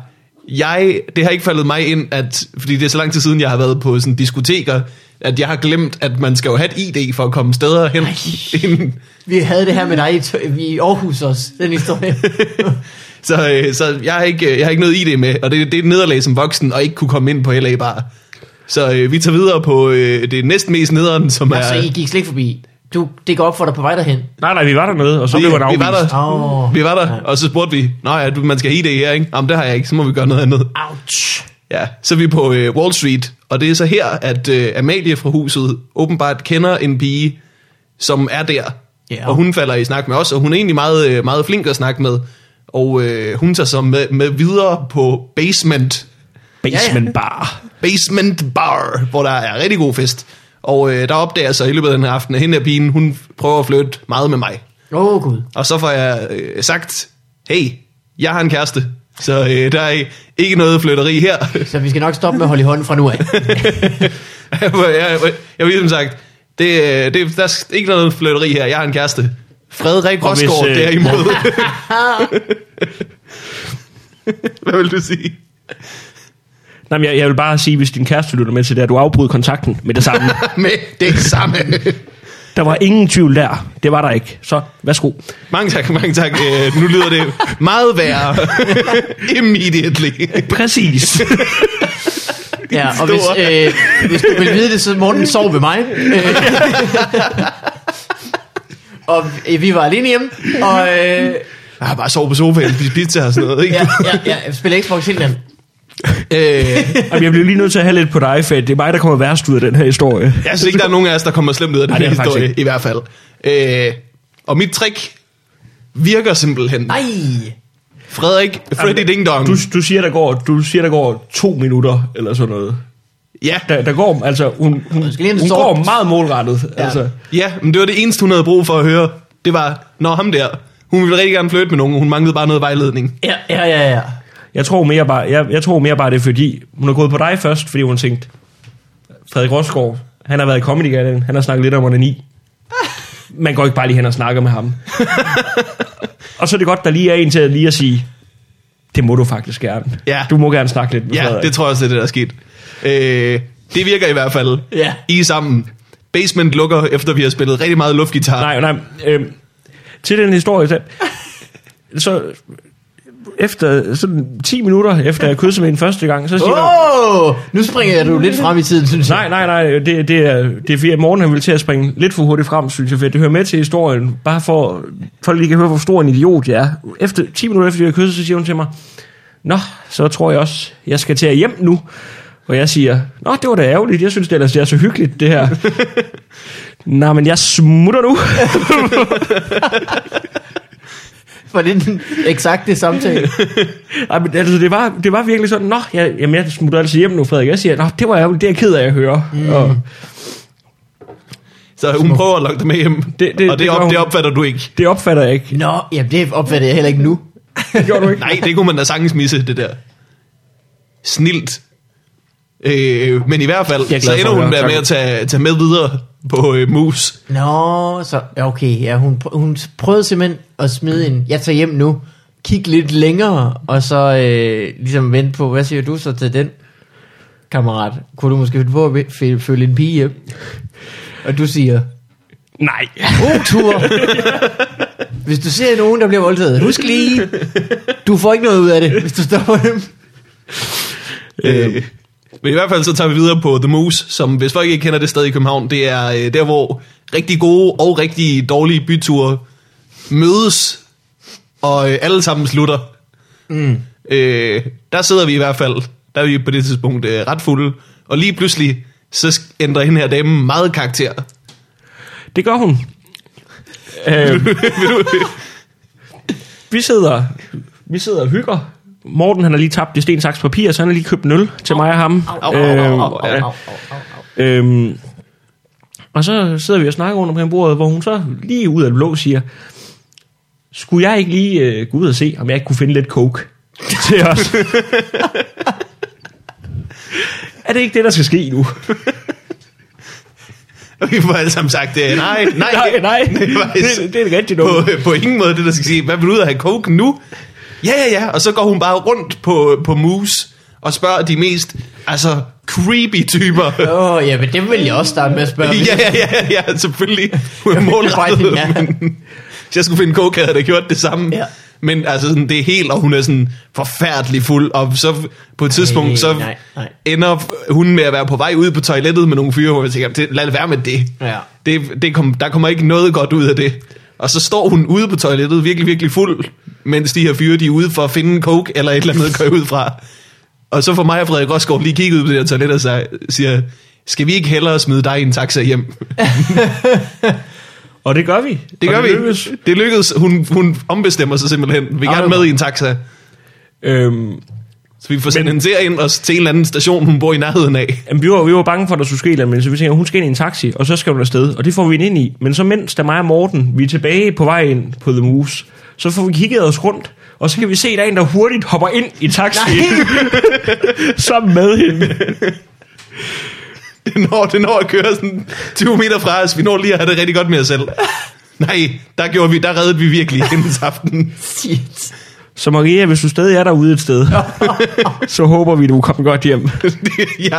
Speaker 1: Jeg, det har ikke faldet mig ind, at, fordi det er så lang tid siden, jeg har været på sådan diskoteker, at jeg har glemt, at man skal jo have et ID for at komme steder hen. Inden.
Speaker 2: Vi havde det her med dig i, Tø- i Aarhus også, den historie.
Speaker 1: Så, øh, så jeg, har ikke, øh, jeg har ikke noget ID med, og det, det er et nederlag som voksen, og ikke kunne komme ind på LA Bar. Så øh, vi tager videre på øh, det næsten mest nederen, som er...
Speaker 2: Altså, I gik slet ikke forbi. Du, det går op for dig på vej derhen.
Speaker 3: Nej, nej, vi var dernede, og så
Speaker 1: Vi-
Speaker 3: blev han afvist.
Speaker 1: vi var der.
Speaker 2: Åh,
Speaker 1: Vi var der, og så spurgte vi, Nå ja, du, man skal have ID her, ikke? Jamen, det har jeg ikke, så må vi gøre noget andet.
Speaker 2: ouch.
Speaker 1: Ja, så er vi på øh, Wall Street, og det er så her, at øh, Amalie fra huset åbenbart kender en pige, som er der.
Speaker 2: Ja.
Speaker 1: Og hun falder i snak med os, og hun er egentlig meget, øh, meget flink at snakke med. Og øh, hun tager så med, med videre på Basement,
Speaker 3: Basement bar.
Speaker 1: Basement Bar, hvor der er rigtig god fest. Og øh, der opdager jeg så i løbet af den her aften, at hende her pigen, hun prøver at flytte meget med mig.
Speaker 2: Åh, oh, Gud.
Speaker 1: Og så får jeg øh, sagt, hey, jeg har en kæreste, så øh, der er ikke noget flytteri her.
Speaker 2: Så vi skal nok stoppe med at holde i hånden fra nu af.
Speaker 1: jeg, jeg, jeg, jeg vil ligesom sagt, det, øh, det, der er ikke noget flytteri her, jeg har en kæreste. Frederik
Speaker 3: Og hvis,
Speaker 1: Rosgaard
Speaker 3: øh,
Speaker 1: øh... derimod. Hvad vil du sige?
Speaker 3: Nej, men jeg, jeg vil bare sige, hvis din kæreste lytter med til det, at du afbrød kontakten med det samme.
Speaker 1: Med det samme.
Speaker 3: der var ingen tvivl der. Det var der ikke. Så værsgo.
Speaker 1: mange tak, mange tak. Øh, nu lyder det meget værre. Immediately.
Speaker 3: Præcis.
Speaker 2: Ja, og hvis,
Speaker 1: Stor.
Speaker 2: øh, hvis du vil vide det, så Morten sov ved mig. Øh, og øh, vi var alene hjemme, og øh,
Speaker 1: Jeg har bare sovet på sofaen, spist pizza og sådan noget, ikke?
Speaker 2: ja, ja, ja, jeg spiller Xbox hele natten.
Speaker 1: Øh,
Speaker 3: Jamen, jeg bliver lige nødt til at have lidt på dig, for det er mig, der kommer værst ud af den her historie.
Speaker 1: jeg synes ikke, der er nogen af os, der kommer slemt ud af den
Speaker 3: Nej, det
Speaker 1: her
Speaker 3: er faktisk
Speaker 1: historie,
Speaker 3: ikke.
Speaker 1: i hvert fald. Øh, og mit trick virker simpelthen.
Speaker 2: Nej!
Speaker 1: Frederik, Freddy Ding Dong.
Speaker 3: Du, du, siger, der går, du siger, der går to minutter eller sådan noget.
Speaker 1: Ja,
Speaker 3: Der, der går, altså, hun, hun,
Speaker 2: skal lige have en
Speaker 3: hun
Speaker 2: sort-
Speaker 3: går meget målrettet.
Speaker 2: Ja.
Speaker 3: Ja. Altså.
Speaker 1: ja, men det var det eneste, hun havde brug for at høre. Det var, når ham der, hun ville rigtig gerne flytte med nogen, hun manglede bare noget vejledning.
Speaker 2: Ja, ja, ja, ja.
Speaker 3: Jeg tror mere bare, jeg, jeg tror mere bare det er fordi, hun har gået på dig først, fordi hun tænkte, Frederik Rosgaard, han har været i Comedy Garden, han har snakket lidt om onani. Man går ikke bare lige hen og snakker med ham. og så er det godt, der lige er en til at lige at sige, det må du faktisk gerne.
Speaker 1: Ja.
Speaker 3: Du må gerne snakke lidt med
Speaker 1: Ja,
Speaker 3: Frederik.
Speaker 1: det tror jeg også, det er det, der er sket. Øh, det virker i hvert fald.
Speaker 2: Ja.
Speaker 1: I er sammen. Basement lukker, efter vi har spillet rigtig meget luftgitar.
Speaker 3: Nej, nej. Øh, til den historie, så, så efter sådan 10 minutter, efter jeg kyssede med hende første gang, så siger jeg,
Speaker 2: Åh! Oh, nu springer du lidt frem i tiden, synes jeg.
Speaker 3: Nej, nej, nej, det, det, er, det er fordi, at morgen han ville til at springe lidt for hurtigt frem, synes jeg, for det hører med til historien, bare for, for at lige kan høre, hvor stor en idiot jeg er. Efter, 10 minutter efter, jeg kysser, så siger hun til mig, Nå, så tror jeg også, jeg skal til at hjem nu. Og jeg siger, Nå, det var da ærgerligt, jeg synes det ellers, det er så hyggeligt, det her. Nej, men jeg smutter nu.
Speaker 2: For det er den eksakte samtale.
Speaker 3: Ej, men altså, det var, det var virkelig sådan, Nå, jeg, jamen, jeg smutter altså hjem nu, Frederik. Jeg siger, Nå, det var ærgerligt, det er jeg ked af at høre. Mm. Og,
Speaker 1: Så hun prøver at lokke dig med hjem, det, det, og det,
Speaker 3: gør
Speaker 1: op,
Speaker 3: hun.
Speaker 1: det opfatter du ikke.
Speaker 3: det opfatter jeg ikke.
Speaker 2: Nå, jamen det opfatter jeg heller ikke nu.
Speaker 3: Det gjorde du ikke.
Speaker 1: Nej, det kunne man da sagtens misse, det der. Snilt. Øh, men i hvert
Speaker 3: Jeg er
Speaker 1: fald,
Speaker 3: glad
Speaker 1: så
Speaker 3: for
Speaker 1: ender
Speaker 3: at
Speaker 1: hun
Speaker 3: høre.
Speaker 1: der
Speaker 3: Tak.
Speaker 1: med at tage, tage med videre på øh, mus.
Speaker 2: Nå, så ja, okay, ja, hun, pr- hun prøvede simpelthen at smide en, jeg tager hjem nu, kig lidt længere, og så øh, ligesom vente på, hvad siger du så til den, kammerat? Kunne du måske finde på at f- følge en pige hjem? Og du siger,
Speaker 3: Nej.
Speaker 2: god tur! Hvis du ser nogen, der bliver voldtaget, husk lige, du får ikke noget ud af det, hvis du stopper dem.
Speaker 1: Øh. Men i hvert fald så tager vi videre på The Moose, som hvis folk ikke kender det sted i København, det er øh, der, hvor rigtig gode og rigtig dårlige byture mødes, og øh, alle sammen slutter. Mm. Øh, der sidder vi i hvert fald, der er vi på det tidspunkt øh, ret fulde, og lige pludselig, så sk- ændrer hende her dame meget karakter.
Speaker 3: Det gør hun. Øhm, vi sidder vi sidder og hygger. Morten han har lige tabt i sten, saks, papir, så han har lige købt en øl til mig og ham.
Speaker 1: au, au,
Speaker 3: Øhm,
Speaker 1: au, au,
Speaker 3: ja.
Speaker 2: Au, au, au, au.
Speaker 3: Øhm, og så sidder vi og snakker rundt omkring bordet, hvor hun så lige ud af det blå siger, skulle jeg ikke lige øh, gå ud og se, om jeg ikke kunne finde lidt coke til os? er det ikke det, der skal ske nu?
Speaker 1: Og vi får alle sammen sagt, øh, nej, nej,
Speaker 3: nej,
Speaker 1: det-
Speaker 3: nej.
Speaker 1: det var-
Speaker 3: Det, det er rigtigt
Speaker 1: på, øh, på ingen måde det, der skal sige, hvad vil du ud af have coke nu? Ja, ja, ja, og så går hun bare rundt på, øh, på Moose og spørger de mest, altså, creepy typer.
Speaker 2: Åh, oh, ja, men det vil jeg også starte med at spørge. hvis-
Speaker 1: ja, ja, ja, ja, selvfølgelig. Hun er målrettet,
Speaker 2: Right, ja.
Speaker 1: men hvis jeg skulle finde coke, havde jeg da gjort det samme.
Speaker 2: Ja.
Speaker 1: Men altså, sådan, det er helt, og hun er sådan forfærdelig fuld, og så på et tidspunkt, så
Speaker 2: nej, nej.
Speaker 1: ender hun med at være på vej ud på toilettet med nogle fyre, hvor jeg tænker, "Det- lad det være med det.
Speaker 2: Ja.
Speaker 1: det, det kom, der kommer ikke noget godt ud af det. Og så står hun ude på toilettet, virkelig, virkelig fuld, mens de her fyre, de er ude for at finde en coke eller et eller andet, går jeg ud fra. Og så får mig og Frederik Rosgaard lige kigget ud på det her toilet og sig- siger, skal vi ikke hellere smide dig i en taxa hjem?
Speaker 3: Og det gør vi.
Speaker 1: Det gør
Speaker 3: og
Speaker 1: det vi.
Speaker 3: lykkes.
Speaker 1: Lykkedes. Det lykkedes. Hun, hun ombestemmer sig simpelthen. Vi
Speaker 2: Ah,
Speaker 1: er gerne
Speaker 2: det var
Speaker 1: med i en taxa.
Speaker 3: Øhm,
Speaker 1: Så vi får sendt hende derind og til en eller anden station, hun bor i nærheden af.
Speaker 3: jamen, vi, var, vi var bange for, at der skulle ske et eller andet, men så vi tænkte, hun skal ind i en taxi, og så skal hun afsted, og det får vi hende ind i. Men så mens der mig og Morten, vi er tilbage på vej ind på The Moose, så får vi kigget os rundt, og så kan vi se, at der er en, der hurtigt hopper ind i taxien, sammen med hende.
Speaker 1: Det når, det når at køre sådan 20 meter fra os. Vi når lige at have det rigtig godt med os selv. Nej, der, gjorde vi, der reddede vi virkelig hendes aften.
Speaker 2: Shit.
Speaker 3: Så Maria, hvis du stadig er derude et sted, så håber vi, du kommer godt hjem.
Speaker 1: Det- ja.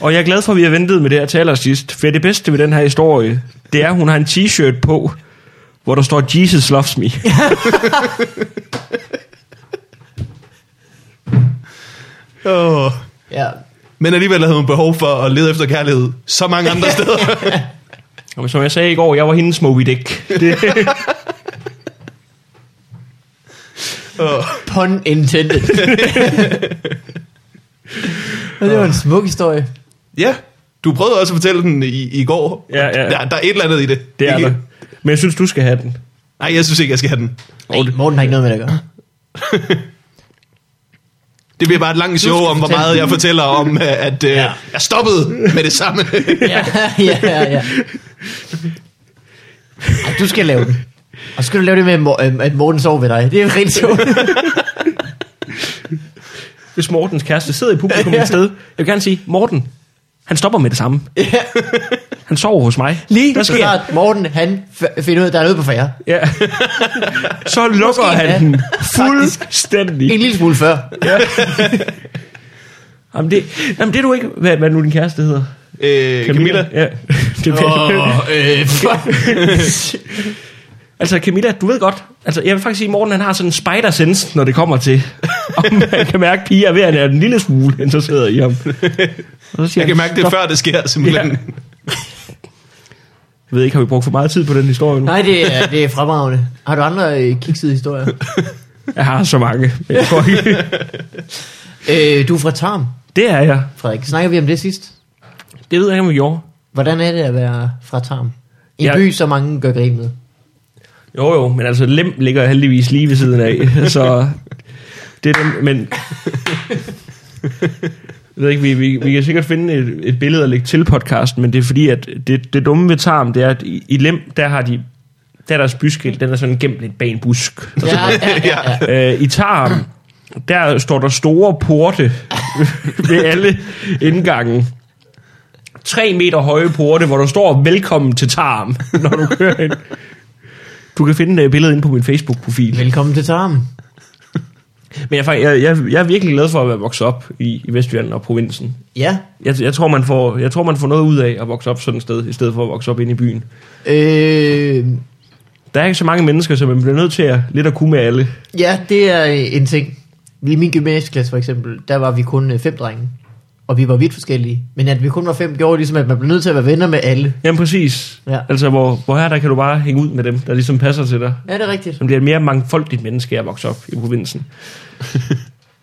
Speaker 3: Og jeg er glad for, at vi har ventet med det her til allersidst, for det bedste ved den her historie, det er, at hun har en t-shirt på, hvor der står, Jesus loves me.
Speaker 1: Oh.
Speaker 2: Ja.
Speaker 1: Men alligevel havde hun behov for at lede efter kærlighed så mange andre steder.
Speaker 3: Og som jeg sagde i går, jeg var hendes Moby Dick. Det,
Speaker 2: Pun intended. Og det var en smuk historie.
Speaker 1: Ja, du prøvede også at fortælle den i, i går.
Speaker 3: Ja, ja.
Speaker 1: Der, der er et eller andet i det.
Speaker 3: det er
Speaker 1: Ikke-
Speaker 3: der. Men jeg synes, du skal have den.
Speaker 1: Nej, jeg synes ikke, jeg skal have den.
Speaker 2: Nej, Morten har ikke noget med det at gøre.
Speaker 1: Det bliver bare et langt show om, hvor
Speaker 2: fortælle
Speaker 1: meget
Speaker 2: den.
Speaker 1: jeg fortæller om, øh, at øh,
Speaker 2: Ja.
Speaker 1: jeg stoppede med det samme.
Speaker 2: ja, ja, ja, ja. Ej, du skal lave den. Og så skal du lave det med, at Mor- øhm, at Morten sover ved dig. Det er rigtig sjovt.
Speaker 3: Hvis Mortens kæreste sidder i publikum
Speaker 2: Ja.
Speaker 3: et sted, jeg vil gerne sige, Morten, han stopper med det samme.
Speaker 2: Ja.
Speaker 3: Han sover hos mig.
Speaker 2: Lige
Speaker 3: Hvad
Speaker 2: så
Speaker 3: sker?
Speaker 2: snart Morten, han f- finder ud af, at der er noget på færre.
Speaker 3: Ja. Så lukker
Speaker 2: Måske,
Speaker 3: han
Speaker 2: ja.
Speaker 3: den
Speaker 2: Faktisk.
Speaker 3: fuldstændig.
Speaker 2: En lille smule før.
Speaker 3: Jamen det, jamen det er du ikke. Hvad, hvad er nu din kæreste hedder?
Speaker 1: øh, Camilla?
Speaker 3: Ja. Det
Speaker 1: Åh,
Speaker 3: oh.
Speaker 1: øh, fuck.
Speaker 3: altså Camilla, du ved godt. Altså jeg vil faktisk sige, at Morten han har sådan en spider sense, når det kommer til. Om han kan mærke, at piger er ved at være en lille smule interesseret i ham. Og så siger
Speaker 1: Jeg kan
Speaker 3: han,
Speaker 1: mærke det,
Speaker 3: "Nå,
Speaker 1: før det sker, simpelthen.
Speaker 3: Ja. Jeg ved ikke, har vi brugt for meget tid på den historie nu?
Speaker 2: Nej, det er, det er fremragende. Har du andre øh, kiksede historier?
Speaker 3: Jeg har så mange. men Jeg tror ikke.
Speaker 2: Øh, du er fra Tarm,
Speaker 3: Det er jeg.
Speaker 2: Frederik. Snakker vi om det sidst?
Speaker 3: Det ved jeg ikke, om vi gjorde.
Speaker 2: Hvordan er det at være fra Tarm? En
Speaker 3: Jeg-
Speaker 2: by, så mange gør grin med.
Speaker 3: Jo jo, men altså Lem ligger heldigvis lige ved siden af, så det er dem, men... Jeg ved ikke, vi, vi, vi kan sikkert finde et, et billede at lægge til podcasten, men det er fordi, at det, det dumme ved Tarm, det er, at i, i Lem, der har de... Der er deres byskilt, den er sådan gemt lidt bag en busk.
Speaker 2: Ja, ja, ja, ja.
Speaker 3: Øh, I Tarm, der står der store porte ved alle indgangen. 3 meter høje porte, hvor der står velkommen til Tarm, når du kører ind. Du kan finde øh, billedet inde på min Facebook-profil.
Speaker 2: Velkommen til Tarm.
Speaker 3: Men jeg, er fakt- jeg, jeg, jeg er virkelig glad for at være vokset op i, i Vestjylland og provinsen.
Speaker 2: Ja.
Speaker 3: Jeg, jeg, tror, man får, jeg tror, man får noget ud af at vokse op sådan et sted, i stedet for at vokse op inde i byen.
Speaker 2: Øh,
Speaker 3: Der er ikke så mange mennesker, så man bliver nødt til at, lidt at kunne med alle.
Speaker 2: ja, det er øh, en ting. I min gymnasieklasse for eksempel, der var vi kun øh, fem drenge. Og vi var vidt forskellige. Men at vi kun var fem, gjorde ligesom, at man blev nødt til at være venner med alle.
Speaker 3: Jamen præcis.
Speaker 2: Ja.
Speaker 3: Altså, hvor, hvor her der kan du bare hænge ud med dem, der ligesom passer til dig.
Speaker 2: Ja, det er rigtigt.
Speaker 3: Som bliver et mere mangfoldigt menneske, jeg vokser op i provinsen.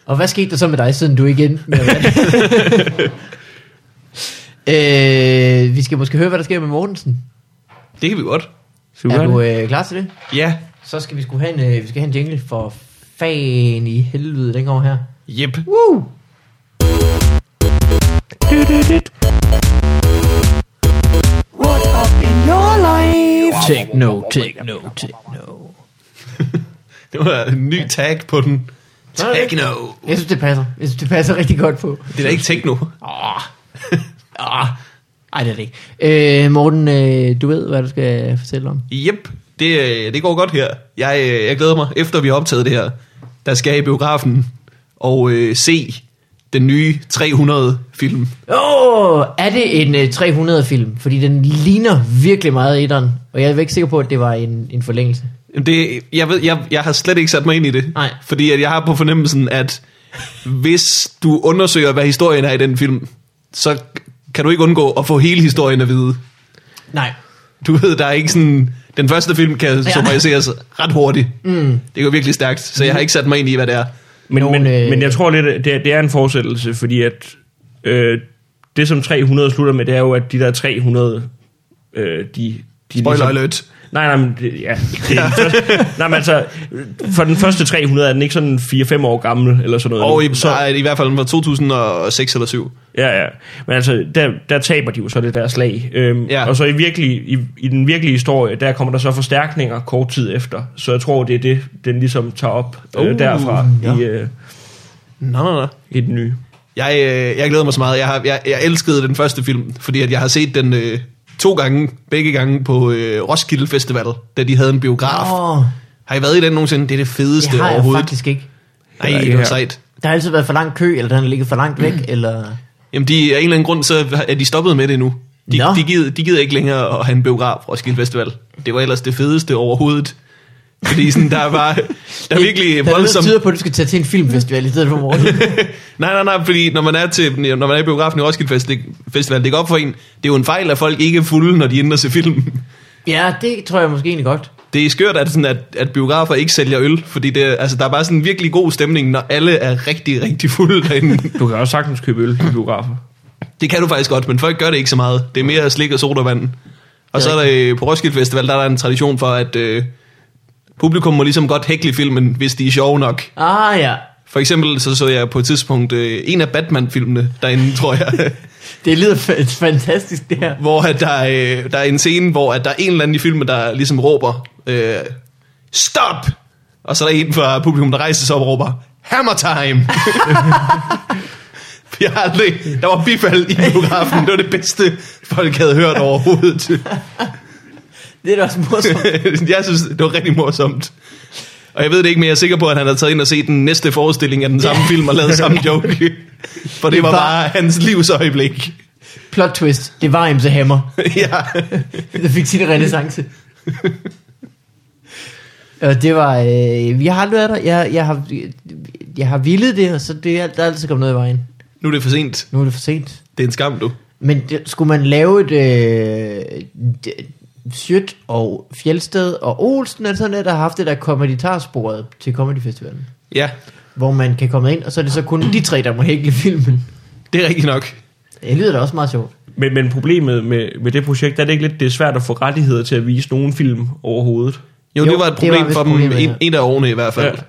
Speaker 2: Og hvad skete der så med dig, siden du ikke endte med at være det? øh, vi skal måske høre, hvad der sker med Mortensen.
Speaker 1: Det kan vi godt.
Speaker 3: Skal vi
Speaker 2: er
Speaker 3: gøre
Speaker 2: du
Speaker 3: det?
Speaker 2: øh, klar til det?
Speaker 1: Ja,
Speaker 2: Så skal vi skulle have en, øh, vi skal have en jingle for fan i helvede, den kommer her.
Speaker 1: jep.
Speaker 2: Woo!
Speaker 4: What up in your life?
Speaker 2: Techno, techno, techno.
Speaker 1: Det var en ny tag på den. Techno.
Speaker 2: Jeg synes, det passer. Jeg synes, det passer rigtig godt på.
Speaker 1: Det er da ikke techno.
Speaker 2: Åh. Åh. Ej, det er det ikke. Øh, Morten, øh, du ved, hvad du skal fortælle om.
Speaker 1: Jep, det, øh, det går godt her. Jeg, øh, jeg glæder mig, efter vi har optaget det her, der skal jeg i biografen og øh, se den nye 300-film.
Speaker 2: Åh, oh, er det en uh, 300-film? Fordi den ligner virkelig meget etteren. Og jeg er ikke sikker på, at det var en, en forlængelse.
Speaker 1: Jamen, Det, jeg, ved, jeg, jeg har slet ikke sat mig ind i det.
Speaker 2: Nej.
Speaker 1: Fordi at jeg har på fornemmelsen, at hvis du undersøger, hvad historien er i den film, så kan du ikke undgå at få hele historien at vide.
Speaker 2: Nej.
Speaker 1: Du ved, der er ikke sådan... Den første film kan summariseres ret hurtigt. Mm. Det går virkelig stærkt, så jeg har ikke sat mig ind i, hvad det er.
Speaker 3: Men,
Speaker 2: Nogle,
Speaker 3: men,
Speaker 2: øh,
Speaker 3: men jeg tror lidt, at det, er- det er en fortsættelse, fordi at øh, det, som 300 slutter med, det er jo, at de der 300, øh, de... de
Speaker 1: Spoiler alert.
Speaker 3: Nej, nej, men, det- ja, det er første, nej, men altså, for den første 300 er den ikke sådan 4-5 år gammel, eller sådan noget.
Speaker 1: Og
Speaker 3: nu.
Speaker 1: i, så... i hvert fald den var 2006 eller 7.
Speaker 3: Ja, ja. Men altså, der, der taber de jo så det der slag. Øhm,
Speaker 1: Ja.
Speaker 3: ja. Og så i, virkelig, i, i den virkelige historie, der kommer der så forstærkninger kort tid efter. Så jeg tror, det er det, den ligesom tager op
Speaker 1: Uh,
Speaker 3: øh, derfra
Speaker 1: ja.
Speaker 3: ja. i, øh,
Speaker 1: Nå, nå, nå.
Speaker 3: i den nye.
Speaker 1: Jeg, øh, jeg glæder mig så meget. Jeg, har, jeg, jeg elskede den første film, fordi at jeg har set den øh, to gange, begge gange på øh, Roskilde Festival, da de havde en biograf. Oh.
Speaker 2: Åh, oh,
Speaker 1: Har I været i den nogensinde? Det er det
Speaker 2: det
Speaker 1: fedeste
Speaker 2: har jeg
Speaker 1: overhovedet.
Speaker 2: faktisk ikke.
Speaker 1: Nej, det
Speaker 3: Ja.
Speaker 1: var sejt.
Speaker 2: Der har altid været for lang kø, eller den har ligget for langt væk, eller...
Speaker 1: Jamen, de, af en eller anden grund, så er de stoppet med det nu. De,
Speaker 2: Nå.
Speaker 1: de, gider, de gider ikke længere at have en biograf på Roskilde Festival. Det var ellers det fedeste overhovedet. Fordi sådan, der var der er virkelig
Speaker 2: der er noget, der
Speaker 1: voldsomt...
Speaker 2: tyder på, at du skal tage til en filmfestival i stedet for morgen.
Speaker 1: Nej, nej, nej, fordi når man er, til, når man er i biografen i Roskilde Fest- Festival, det går op for en. Det er jo en fejl, at folk ikke er fulde, når de ender til film.
Speaker 2: ja, det tror jeg måske egentlig godt.
Speaker 1: Det er skørt, at, sådan, at, at biografer ikke sælger øl, fordi det, altså, der er bare sådan en virkelig god stemning, når alle er rigtig, rigtig fulde derinde.
Speaker 3: Du kan også sagtens købe øl i biografer.
Speaker 1: Det kan du faktisk godt, men folk gør det ikke så meget. Det er mere slik og sodavand. Og så er der øh, på Roskilde Festival, der er der en tradition for, at øh, publikum må ligesom godt hækle filmen, hvis de er sjove nok.
Speaker 2: Ah ja,
Speaker 1: For eksempel så så jeg på et tidspunkt øh, en af Batman-filmene derinde, tror jeg.
Speaker 2: det lyder fa- fantastisk det her.
Speaker 1: hvor at der, er, øh, der er en scene, hvor at der er en eller anden i filmen, der ligesom råber, øh, stop! Og så er der en fra publikum, der rejser sig op og råber, hammer time! Vi har aldrig, der var bifald i biografen, det var det bedste, folk havde hørt overhovedet.
Speaker 2: Det er da også morsomt.
Speaker 1: jeg synes, det var rigtig morsomt. Og jeg ved det ikke, men jeg er sikker på, at han har taget ind og set den næste forestilling af den samme film og lavet samme joke. For det var bare hans livsøjeblik.
Speaker 2: Plot twist, det var MC Hammer,
Speaker 1: ja.
Speaker 2: der fik sin renaissance. og det var, øh, jeg har aldrig været der, jeg, jeg, har, jeg har villet det, og så det, er- der er altid kommet noget i vejen.
Speaker 1: Nu er det for sent.
Speaker 2: Nu er det for sent.
Speaker 1: Det er en skam, du.
Speaker 2: Men det, skulle man lave et øh, d- Sjøt og Fjeldsted og Olsen er det sådan, at der har haft det der kommentatorsporet til Comedy Festivalen,
Speaker 1: Ja,
Speaker 2: hvor man kan komme ind, og så er det så kun de tre, der må hækle filmen.
Speaker 1: det er rigtigt nok.
Speaker 2: Det lyder da også meget sjovt.
Speaker 3: Men, men problemet med, med det projekt, er det ikke lidt, det er svært at få rettigheder til at vise nogen film overhovedet?
Speaker 1: Jo, jo det var et problem
Speaker 2: vist
Speaker 1: for dem,
Speaker 2: problemet,
Speaker 1: en,
Speaker 2: ja.
Speaker 1: en af årene i hvert fald. Ja.
Speaker 3: Ja.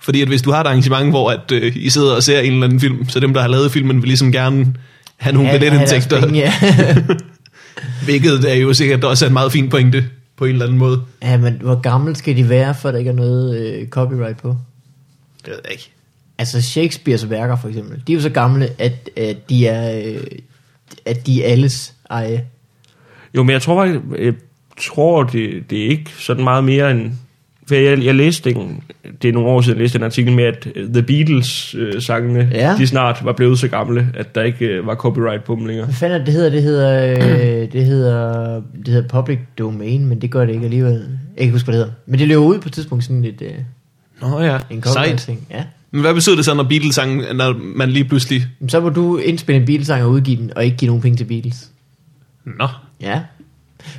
Speaker 1: Fordi at hvis du har et arrangement, hvor at, øh, I sidder og ser en eller anden film, så dem, der har lavet filmen, vil ligesom gerne have nogle ja,
Speaker 2: Ja,
Speaker 1: billetindtægter,
Speaker 2: ja, deres
Speaker 1: ja.
Speaker 2: penge,
Speaker 1: hvilket er jo sikkert også en meget fin pointe på en eller anden måde.
Speaker 2: Ja. ja, men hvor gammel skal de være, for der ikke er noget øh, copyright på?
Speaker 1: Det ved jeg ikke.
Speaker 2: Altså Shakespeares værker for eksempel, de er jo så gamle, at, at de er øh, at de er alles eje.
Speaker 3: Jo, men jeg tror faktisk, jeg tror, det, det er ikke sådan meget mere end... For jeg, jeg læste en, det er nogle år siden, jeg læste en artikel med, at øh, The Beatles-sangene, øh,
Speaker 2: Ja.
Speaker 3: ja. de snart var blevet så gamle, at der ikke øh, var copyright på dem længere.
Speaker 2: Hvad fanden er det, det hedder? Det hedder, øh, det hedder, det hedder public domain, men det gør det ikke alligevel. Jeg kan ikke huske, hvad det hedder. Men det løber ud på et tidspunkt sådan lidt øh,
Speaker 1: Nå ja,
Speaker 2: en
Speaker 1: sejt.
Speaker 2: ting. Ja.
Speaker 1: Men hvad betyder det så, når Beatles sang, når man lige pludselig...
Speaker 2: Men så må du indspille en Beatles-sang og udgive den, og ikke give nogen penge til Beatles.
Speaker 1: Nå,
Speaker 2: Ja.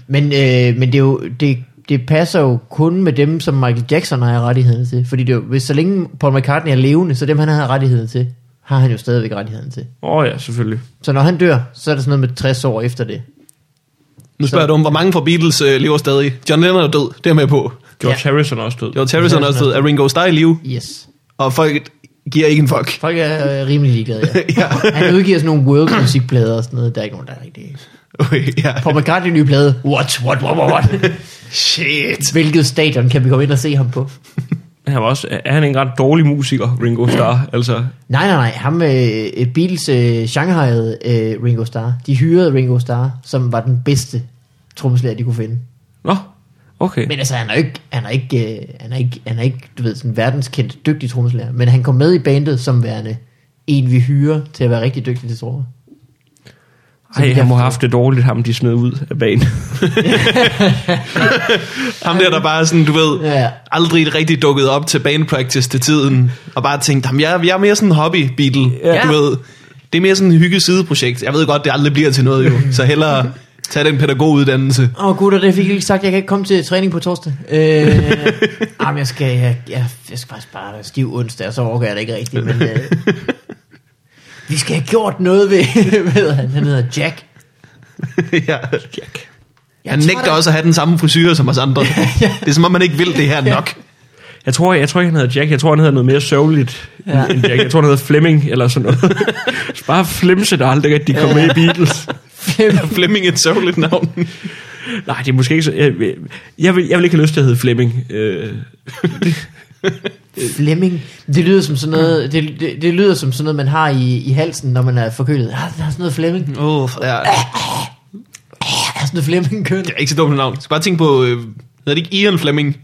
Speaker 2: Men, øh, men det, er jo, det, det passer jo kun med dem, som Michael Jackson har rettigheden til. Fordi det er jo, hvis så længe Paul McCartney er levende, så dem han har rettigheden til, har han jo stadigvæk rettigheden til.
Speaker 3: Åh oh, ja, selvfølgelig.
Speaker 2: Så når han dør, så er det sådan noget med 60 år efter det.
Speaker 1: nu
Speaker 2: Så-
Speaker 1: spørger du om, hvor mange fra Beatles øh, lever stadig. John Lennon er død, det er jeg med på.
Speaker 3: George ja. Harrison er også død.
Speaker 1: George Harrison er også død. Er Ringo Starr i live?
Speaker 2: Yes.
Speaker 1: Og folk giver ikke en fuck.
Speaker 2: Folk er øh, rimelig ligeglade, ja.
Speaker 1: ja,
Speaker 2: Han udgiver sådan nogle world musikplader og sådan noget. Der er ikke nogen, der er rigtig...
Speaker 1: okay, ja.
Speaker 2: Paul McCartney nye plade. What, what, what, what, what?
Speaker 1: Shit.
Speaker 2: Hvilket stadion kan vi komme ind og se ham på?
Speaker 3: Han var også, er han en ret dårlig musiker, Ringo Starr? altså,
Speaker 2: Nej, nej, nej. Ham øh, Beatles øh, Shanghai øh, Ringo Starr. De hyrede Ringo Starr, som var den bedste trommeslager, de kunne finde.
Speaker 3: nå, okay.
Speaker 2: Men altså, han er jo ikke, han er ikke, øh, han er ikke, han er ikke du ved, sådan verdenskendt dygtig trommeslager. Men han kom med i bandet som værende en, vi hyrer til at være rigtig dygtig til trommer.
Speaker 3: Ej,
Speaker 2: vidt
Speaker 3: han
Speaker 2: jeg
Speaker 3: må have haft det dårligt, ham de smed ud af banen.
Speaker 1: Ham der, der bare sådan, du ved,
Speaker 2: Ja.
Speaker 1: aldrig rigtig dukket op til band practice til tiden, og bare tænkt, jamen jeg, jeg er mere sådan en hobby Beatle, ja.
Speaker 2: Ja.
Speaker 1: du ved. Det er mere sådan en hygge sideprojekt. Jeg ved godt, det aldrig bliver til noget jo, så hellere tage den pædagoguddannelse.
Speaker 2: Åh oh, gutter, det fik jeg ikke sagt. Jeg kan ikke komme til træning på torsdag. Øh, jamen, jeg skal, jeg, jeg, jeg skal faktisk bare være stiv onsdag, og så overgår jeg det ikke rigtigt. Men, øh, vi skal have gjort noget ved, ved han, han hedder Jack.
Speaker 1: ja.
Speaker 2: Jeg
Speaker 1: Han
Speaker 2: tror
Speaker 1: nægter
Speaker 2: da-
Speaker 1: også at have den samme frisyr som os andre. Det er som om, man ikke vil det her nok.
Speaker 3: Jeg tror, jeg, tror ikke, han hedder Jack. Jeg tror, han hedder noget mere sørgeligt
Speaker 2: Ja.
Speaker 3: ja. end Jack. Jeg tror, han hedder Flemming eller sådan noget. Bare Flemse, der aldrig rigtig kom med i Beatles.
Speaker 1: Flemming er et sørgeligt navn.
Speaker 3: Nej, det er måske ikke så... Jeg, jeg, vil, jeg vil ikke have lyst til at hedde Flemming. Øh,
Speaker 2: Flemming. Det lyder som sådan noget, det, det, det lyder som sådan noget, man har i, i halsen, når man er forkølet. Ah, der er sådan noget Flemming.
Speaker 1: Oh, ja.
Speaker 2: Der er sådan noget Flemming køn.
Speaker 1: Det er ikke så dumt et navn. Så bare tænk på, øh, hedder det ikke Ian Flemming? Han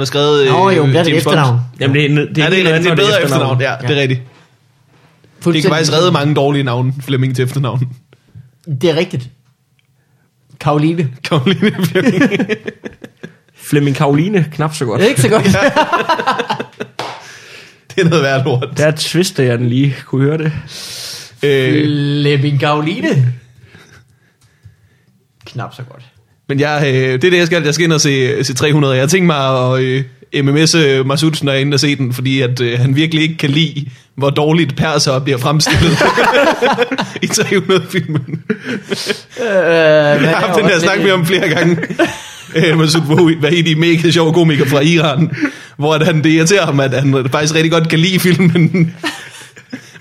Speaker 1: har skrevet øh,
Speaker 2: Nå jo, men det er det
Speaker 1: James Bond.
Speaker 2: efternavn.
Speaker 3: jamen, det, er, det,
Speaker 1: Ja, det er, det,
Speaker 3: noget
Speaker 1: det er
Speaker 3: andet, når
Speaker 1: bedre
Speaker 3: efternavn.
Speaker 1: efternavn. Ja, det er
Speaker 2: Ja.
Speaker 1: rigtigt. Det kan faktisk redde mange dårlige navne, Flemming til efternavn.
Speaker 2: Det er rigtigt. Karoline.
Speaker 1: Karoline Flemming.
Speaker 3: Flemming Karoline knap så godt.
Speaker 2: Det er ikke så godt.
Speaker 1: Det er noget værd lort.
Speaker 3: Der twistede jeg den lige, kunne I høre det?
Speaker 1: Øh,
Speaker 2: Lemming Karoline. Knap så godt.
Speaker 1: men jeg, øh, det er det, jeg skal. Jeg skal ind og se, se 300. Jeg tænkte mig at øh, MMS'e Masud, når jeg er inde og se den, fordi at, øh, han virkelig ikke kan lide, hvor dårligt perser bliver fremstillet i 300-filmen.
Speaker 2: Øh,
Speaker 1: Jeg har haft den der snak med om flere gange. Øh, Masud Vahidi, mega sjov komiker fra Iran, hvor at han, det irriterer ham, at han faktisk rigtig godt kan lide filmen.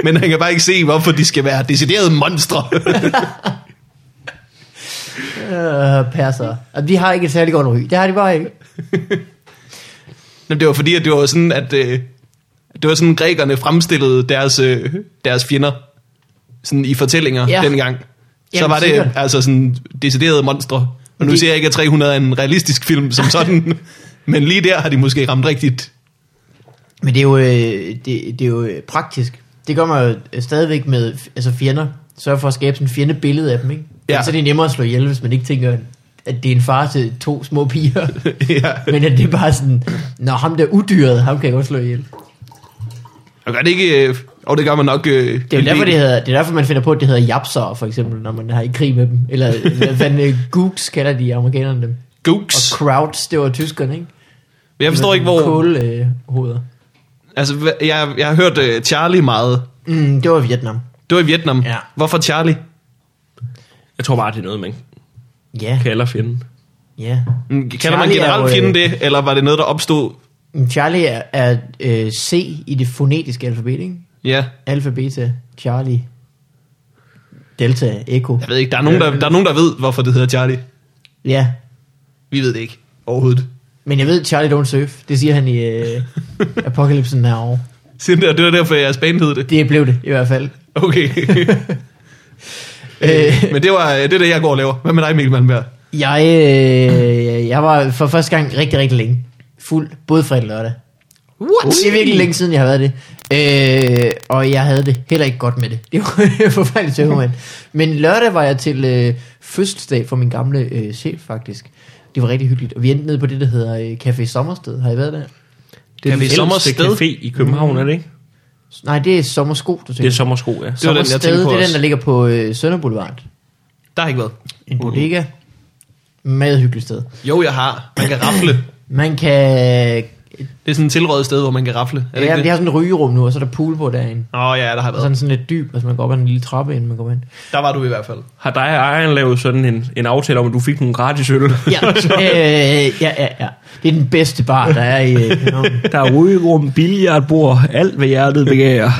Speaker 1: Men han kan bare ikke se, hvorfor de skal være deciderede monstre.
Speaker 2: Øh, perser. Altså, de har ikke et særligt godt ry. Det har de bare ikke.
Speaker 1: Jamen, det var fordi, at det var sådan, at øh, det var sådan, grækerne fremstillede deres, øh, deres fjender sådan i fortællinger
Speaker 2: Ja.
Speaker 1: ja. dengang. Så
Speaker 2: Jamen,
Speaker 1: var det
Speaker 2: sikkert.
Speaker 1: altså sådan deciderede monstre. Og nu
Speaker 2: De-
Speaker 1: de... siger jeg ikke, at 300 er en realistisk film som sådan, men lige der har de måske ramt rigtigt.
Speaker 2: Men det er jo, øh, det, det er jo øh, praktisk. Det gør man jo øh, stadigvæk med f- altså fjender. Sørg for at skabe sådan et fjendebillede af dem, ikke? Altså,
Speaker 1: Ja.
Speaker 2: Så er det nemmere at slå ihjel, hvis man ikke tænker, at det er en far til to små piger.
Speaker 1: ja.
Speaker 2: Men at det er bare sådan, når ham der udyret, ham kan jeg godt slå ihjel.
Speaker 1: Og gør det ikke... Øh, og det gør man nok... Øh,
Speaker 2: Det er
Speaker 1: en
Speaker 2: jo derfor,
Speaker 1: del.
Speaker 2: det, hedder, det er derfor, man finder på, at det hedder japser, for eksempel, når man har i krig med dem. Eller hvad fanden, øh, gooks kalder de amerikanerne dem. Og
Speaker 1: Gooks.
Speaker 2: crowds, det var tyskerne, ikke?
Speaker 1: Men jeg forstår
Speaker 2: Med
Speaker 1: ikke, hvor...
Speaker 2: Kålhoveder. Øh, hoveder.
Speaker 1: Altså, hva- jeg, jeg har hørt øh, Charlie meget.
Speaker 2: mm, det var i Vietnam.
Speaker 1: Det var i Vietnam.
Speaker 2: Ja.
Speaker 1: Hvorfor Charlie?
Speaker 3: Jeg tror bare, det er noget, man
Speaker 2: Ja,
Speaker 3: kalder fjenden.
Speaker 2: ja.
Speaker 1: Mm, Kalder man
Speaker 2: Charlie er jo,
Speaker 1: generelt
Speaker 2: øh,
Speaker 1: fjenden det, eller var det noget, der opstod?
Speaker 2: Men Charlie er, er øh, C i det fonetiske alfabet, ikke?
Speaker 1: Ja.
Speaker 2: Alfa, beta, Charlie, delta, echo.
Speaker 1: Jeg ved ikke, der er nogen, der, der, er nogen, der ved, hvorfor det hedder Charlie.
Speaker 2: Ja,
Speaker 1: Vi ved det ikke overhovedet.
Speaker 2: men jeg ved, Charlie don't surf. Det siger han i øh, Apocalypse Now.
Speaker 1: Siden der, det var derfor, jeres band hed det.
Speaker 2: Det blev det i hvert fald.
Speaker 1: Okay.
Speaker 2: Øh,
Speaker 1: Men det var øh, det, er det jeg går og laver. Hvad med dig, Mikkel Malmberg?
Speaker 2: Jeg, øh, jeg var for første gang rigtig, rigtig længe fuld, både fredag og lørdag. What? Det er virkelig længe siden, jeg har været det. Øh, og jeg havde det heller ikke godt med det. Det var forfærdeligt tøvmand. Men lørdag var jeg til øh, fødselsdag for min gamle øh, chef, faktisk. Det var rigtig hyggeligt. Og vi endte nede på det, der hedder øh, Café Sommersted. Har I været der?
Speaker 3: Det er
Speaker 1: Café
Speaker 3: den ældste
Speaker 1: Sommersted? Mm.
Speaker 3: café i København, er det ikke?
Speaker 2: Nej, det er Sommersko, du
Speaker 3: Det
Speaker 2: tænker.
Speaker 3: er Sommersko, ja.
Speaker 1: Det var den, jeg
Speaker 2: Sommersted,
Speaker 1: tænkte på
Speaker 2: det er den,
Speaker 1: også.
Speaker 2: der ligger på øh, Sønder Boulevard.
Speaker 1: Der har ikke været.
Speaker 2: En bodega. Meget hyggeligt sted.
Speaker 1: Jo, jeg har. Man kan rafle.
Speaker 2: Man kan...
Speaker 1: Det er sådan et tilrådet sted, hvor man kan rafle. Er det
Speaker 2: Ja,
Speaker 1: ikke
Speaker 2: de
Speaker 1: det?
Speaker 2: har sådan et rygerum nu, og så er der pool på derinde.
Speaker 1: Åh oh, ja, der har
Speaker 2: Og
Speaker 1: været.
Speaker 2: sådan sådan lidt dyb, altså man går op ad en lille trappe, inden man går ind.
Speaker 1: Der var du i hvert fald.
Speaker 3: Har dig og ejeren lavet sådan en, en aftale om, at du fik nogle gratis øl?
Speaker 2: Ja, øh, ja, ja, ja. Det er den bedste bar, der er i øh, København. Det
Speaker 3: Der er rygerum, billardbord, alt hvad hjertet begærer.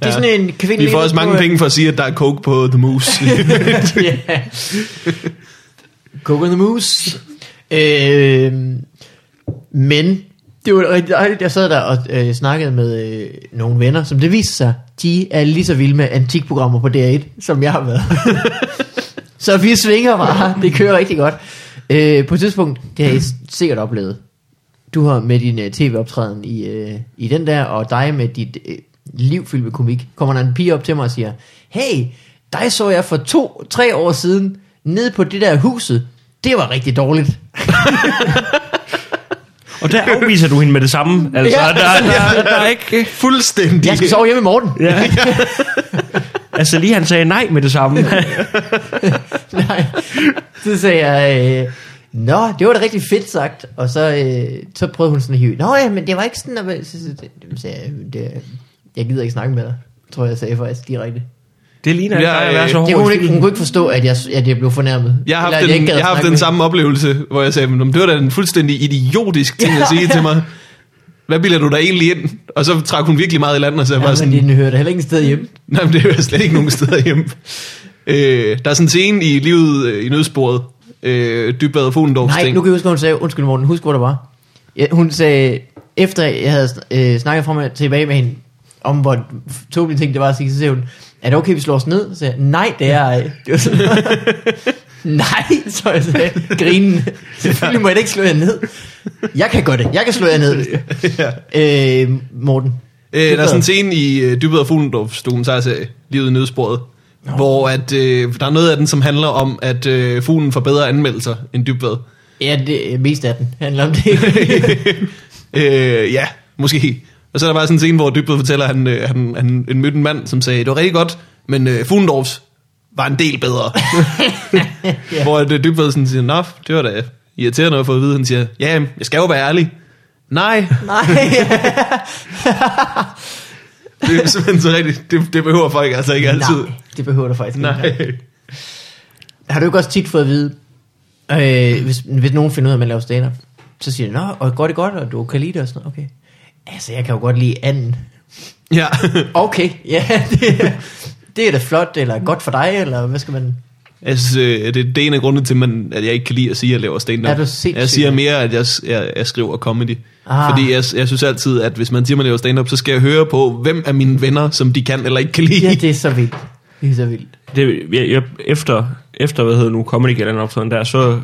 Speaker 2: er sådan en kvinde...
Speaker 1: Vi får også
Speaker 3: øh,
Speaker 1: mange penge for at sige, at der er coke på The Moose.
Speaker 2: øh, ja. Coke and the Moose. Øh, men det var rigtig dejligt. Jeg sad der og øh, snakkede med øh, nogle venner, som det viser sig, de er lige så vilde med antikprogrammer på DR1, som jeg har været. så vi svinger bare. Det kører rigtig godt. Øh, på et tidspunkt, det har I sikkert oplevet. Du har med din øh, tv-optræden i, øh, i den der, og dig med dit øh, liv fyldt med komik, kommer der en pige op til mig og siger, hey, dig så jeg for to, tre år siden, nede på det der huset. Det var rigtig dårligt.
Speaker 3: Og der afviser du hende med det samme. Altså,
Speaker 2: Ja.
Speaker 3: ja. der, der, der, er ikke...
Speaker 1: Fuldstændig.
Speaker 2: Jeg skal sove hjemme i morgen.
Speaker 3: Ja. altså lige han sagde nej med det samme.
Speaker 2: Nej. Så sagde jeg, øh, Nå, det var da rigtig fedt sagt. Og så, øh, så prøvede hun sådan at hive. i. Nå ja, men det var ikke sådan, at... Så, så, så sagde jeg, det, jeg gider ikke snakke med dig. Tror jeg, jeg sagde faktisk direkte.
Speaker 3: Det ligner ikke
Speaker 1: Ja,
Speaker 3: dig at være så
Speaker 1: øh,
Speaker 3: hård.
Speaker 2: Det kunne hun,
Speaker 3: i
Speaker 2: ikke, hun kunne ikke forstå, at jeg, at jeg blev fornærmet.
Speaker 1: Jeg har haft,
Speaker 2: Eller at ikke
Speaker 1: den,
Speaker 2: gad
Speaker 1: jeg har
Speaker 2: snakke
Speaker 1: haft den
Speaker 2: med
Speaker 1: samme oplevelse, hvor jeg sagde, men det var da en fuldstændig idiotisk ting at sige til mig. Hvad bilder du dig egentlig ind? Og så trak hun virkelig meget i land og sagde
Speaker 2: hende.
Speaker 1: ja, bare
Speaker 2: Ja,
Speaker 1: sådan,
Speaker 2: men den hører da heller ikke et sted hjemme.
Speaker 1: nej, men det hører slet ikke nogen steder hjemme. Øh, der er sådan en scene i livet øh, i nødsporet, øh, Dybvad og Fuglendorfs
Speaker 2: Nej,
Speaker 1: ting.
Speaker 2: nu kan jeg huske, hvad hun sagde. Undskyld Morten, husk, hvor der var. Ja, hun sagde, efter jeg havde øh, snakket frem og tilbage med hende, om hvor tåbelige ting det var at sige, så sagde hun, er det okay, vi slår os ned? Så sagde jeg, nej, det er ej. Det var sådan, nej, så jeg sagde, grinen. Selvfølgelig må jeg da ikke slå jer ned. Jeg kan godt det. Jeg kan slå jer ned. ja. øh, Morten.
Speaker 1: Øh, der er
Speaker 2: Dybvad.
Speaker 1: sådan en scene i øh, Dybvad og Fuglendorfs dokumentarserie, Livet i nødsporet, hvor at, øh, der er noget af den, som handler om, at øh, fuglen får bedre anmeldelser end Dybvad.
Speaker 2: Ja, det, mest af den handler om det.
Speaker 1: øh, ja, måske. Og så er der bare sådan en scene, hvor Dybved fortæller, at han, øh, han, han, han mødte en mand, som sagde, det var rigtig godt, men øh, Fuglendorfs var en del bedre. ja. Hvor øh, Dybved sådan siger, nå, det var da irriterende at få at vide. Han siger, ja, jamen, jeg skal jo være ærlig. Nej,
Speaker 2: Nej.
Speaker 1: det er simpelthen så rigtigt. Det, det behøver folk altså ikke altid.
Speaker 2: Nej, det behøver du faktisk ikke.
Speaker 1: Nej.
Speaker 2: Har du ikke også tit fået at vide, øh, hvis, hvis nogen finder ud af, at man laver stand så siger de, nå, og går det godt, og du kan lide det og sådan noget. Okay. Altså, jeg kan jo godt lide anden.
Speaker 1: Ja.
Speaker 2: Okay, ja, det, er- det er da flot, eller godt for dig, eller hvad skal man...
Speaker 1: Jeg synes, øh, det, det er en af grundene til, man, at jeg ikke kan lide at sige, at jeg laver stand-up.
Speaker 2: Er du sindssyg?
Speaker 1: Jeg siger mere, at jeg, jeg, jeg skriver comedy.
Speaker 2: Ah.
Speaker 1: Ah. Fordi jeg, jeg synes altid, at hvis man siger, at man laver stand-up, så skal jeg høre på, hvem er mine venner, som de kan eller ikke kan lide.
Speaker 2: Ja, det er så vildt. Det er så vildt.
Speaker 3: det, jeg, jeg, efter, efter, hvad hedder nu, Comedy Gathering optræden der, så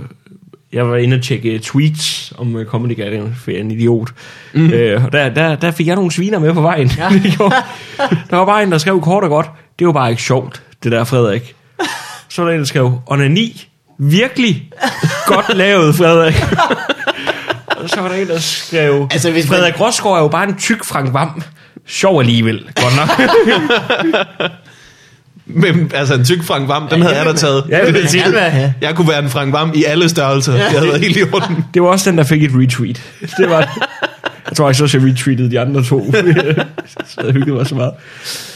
Speaker 3: jeg var inde og tjekke øh, tweets om uh, Comedy Gathering, for jeg er en idiot. Mm. Øh, og der, der, der fik jeg nogle sviner med på vejen. Ja. der var bare en, der skrev kort og godt, det var bare ikke sjovt, det der Frederik. Så var der en, der skrev, onani, virkelig godt lavet, Frederik. og så var der en, der skrev,
Speaker 2: Altså,
Speaker 3: altså,
Speaker 2: hvis
Speaker 3: hvis
Speaker 2: man-
Speaker 3: Frederik Rosgaard er jo bare en tyk Frank Vam. Sjov alligevel, godt nok.
Speaker 1: Men altså, en tyk Frank Vam, den havde jeg da taget.
Speaker 3: Ja, jeg vil sige,
Speaker 2: Gerne vil jeg have.
Speaker 1: Jeg kunne være en Frank Vam i alle størrelser. Det havde været helt i orden.
Speaker 3: Det var også den, der fik et retweet. Det var, jeg tror faktisk også, jeg retweetede de andre to. så jeg hyggede mig så meget.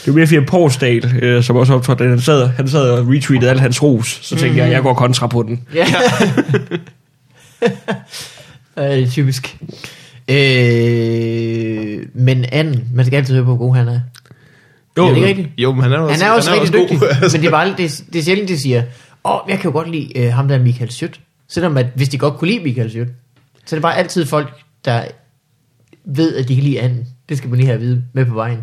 Speaker 3: Det var mere fordi at Porsdal, øh, som også optrådte, han sad, han sad og retweetede alt hans ros. Så tænkte mm. jeg, jeg går kontra på den.
Speaker 2: Ja. ja. det er typisk. Øh, men anden, man skal altid høre på, hvor god han er.
Speaker 3: Jo,
Speaker 2: er det ikke rigtigt?
Speaker 1: Jo, men han er også,
Speaker 2: Han er også rigtig dygtig,
Speaker 1: god. Altså,
Speaker 2: men det er, bare, aldrig- det, er- det er sjældent, de siger, åh, oh, jeg kan jo godt lide øh, ham der Michael Schødt. Selvom at, hvis de godt kunne lide Michael Schødt, så er det bare altid folk, der ved, at de kan lide anden. Det skal man lige have at vide med på vejen.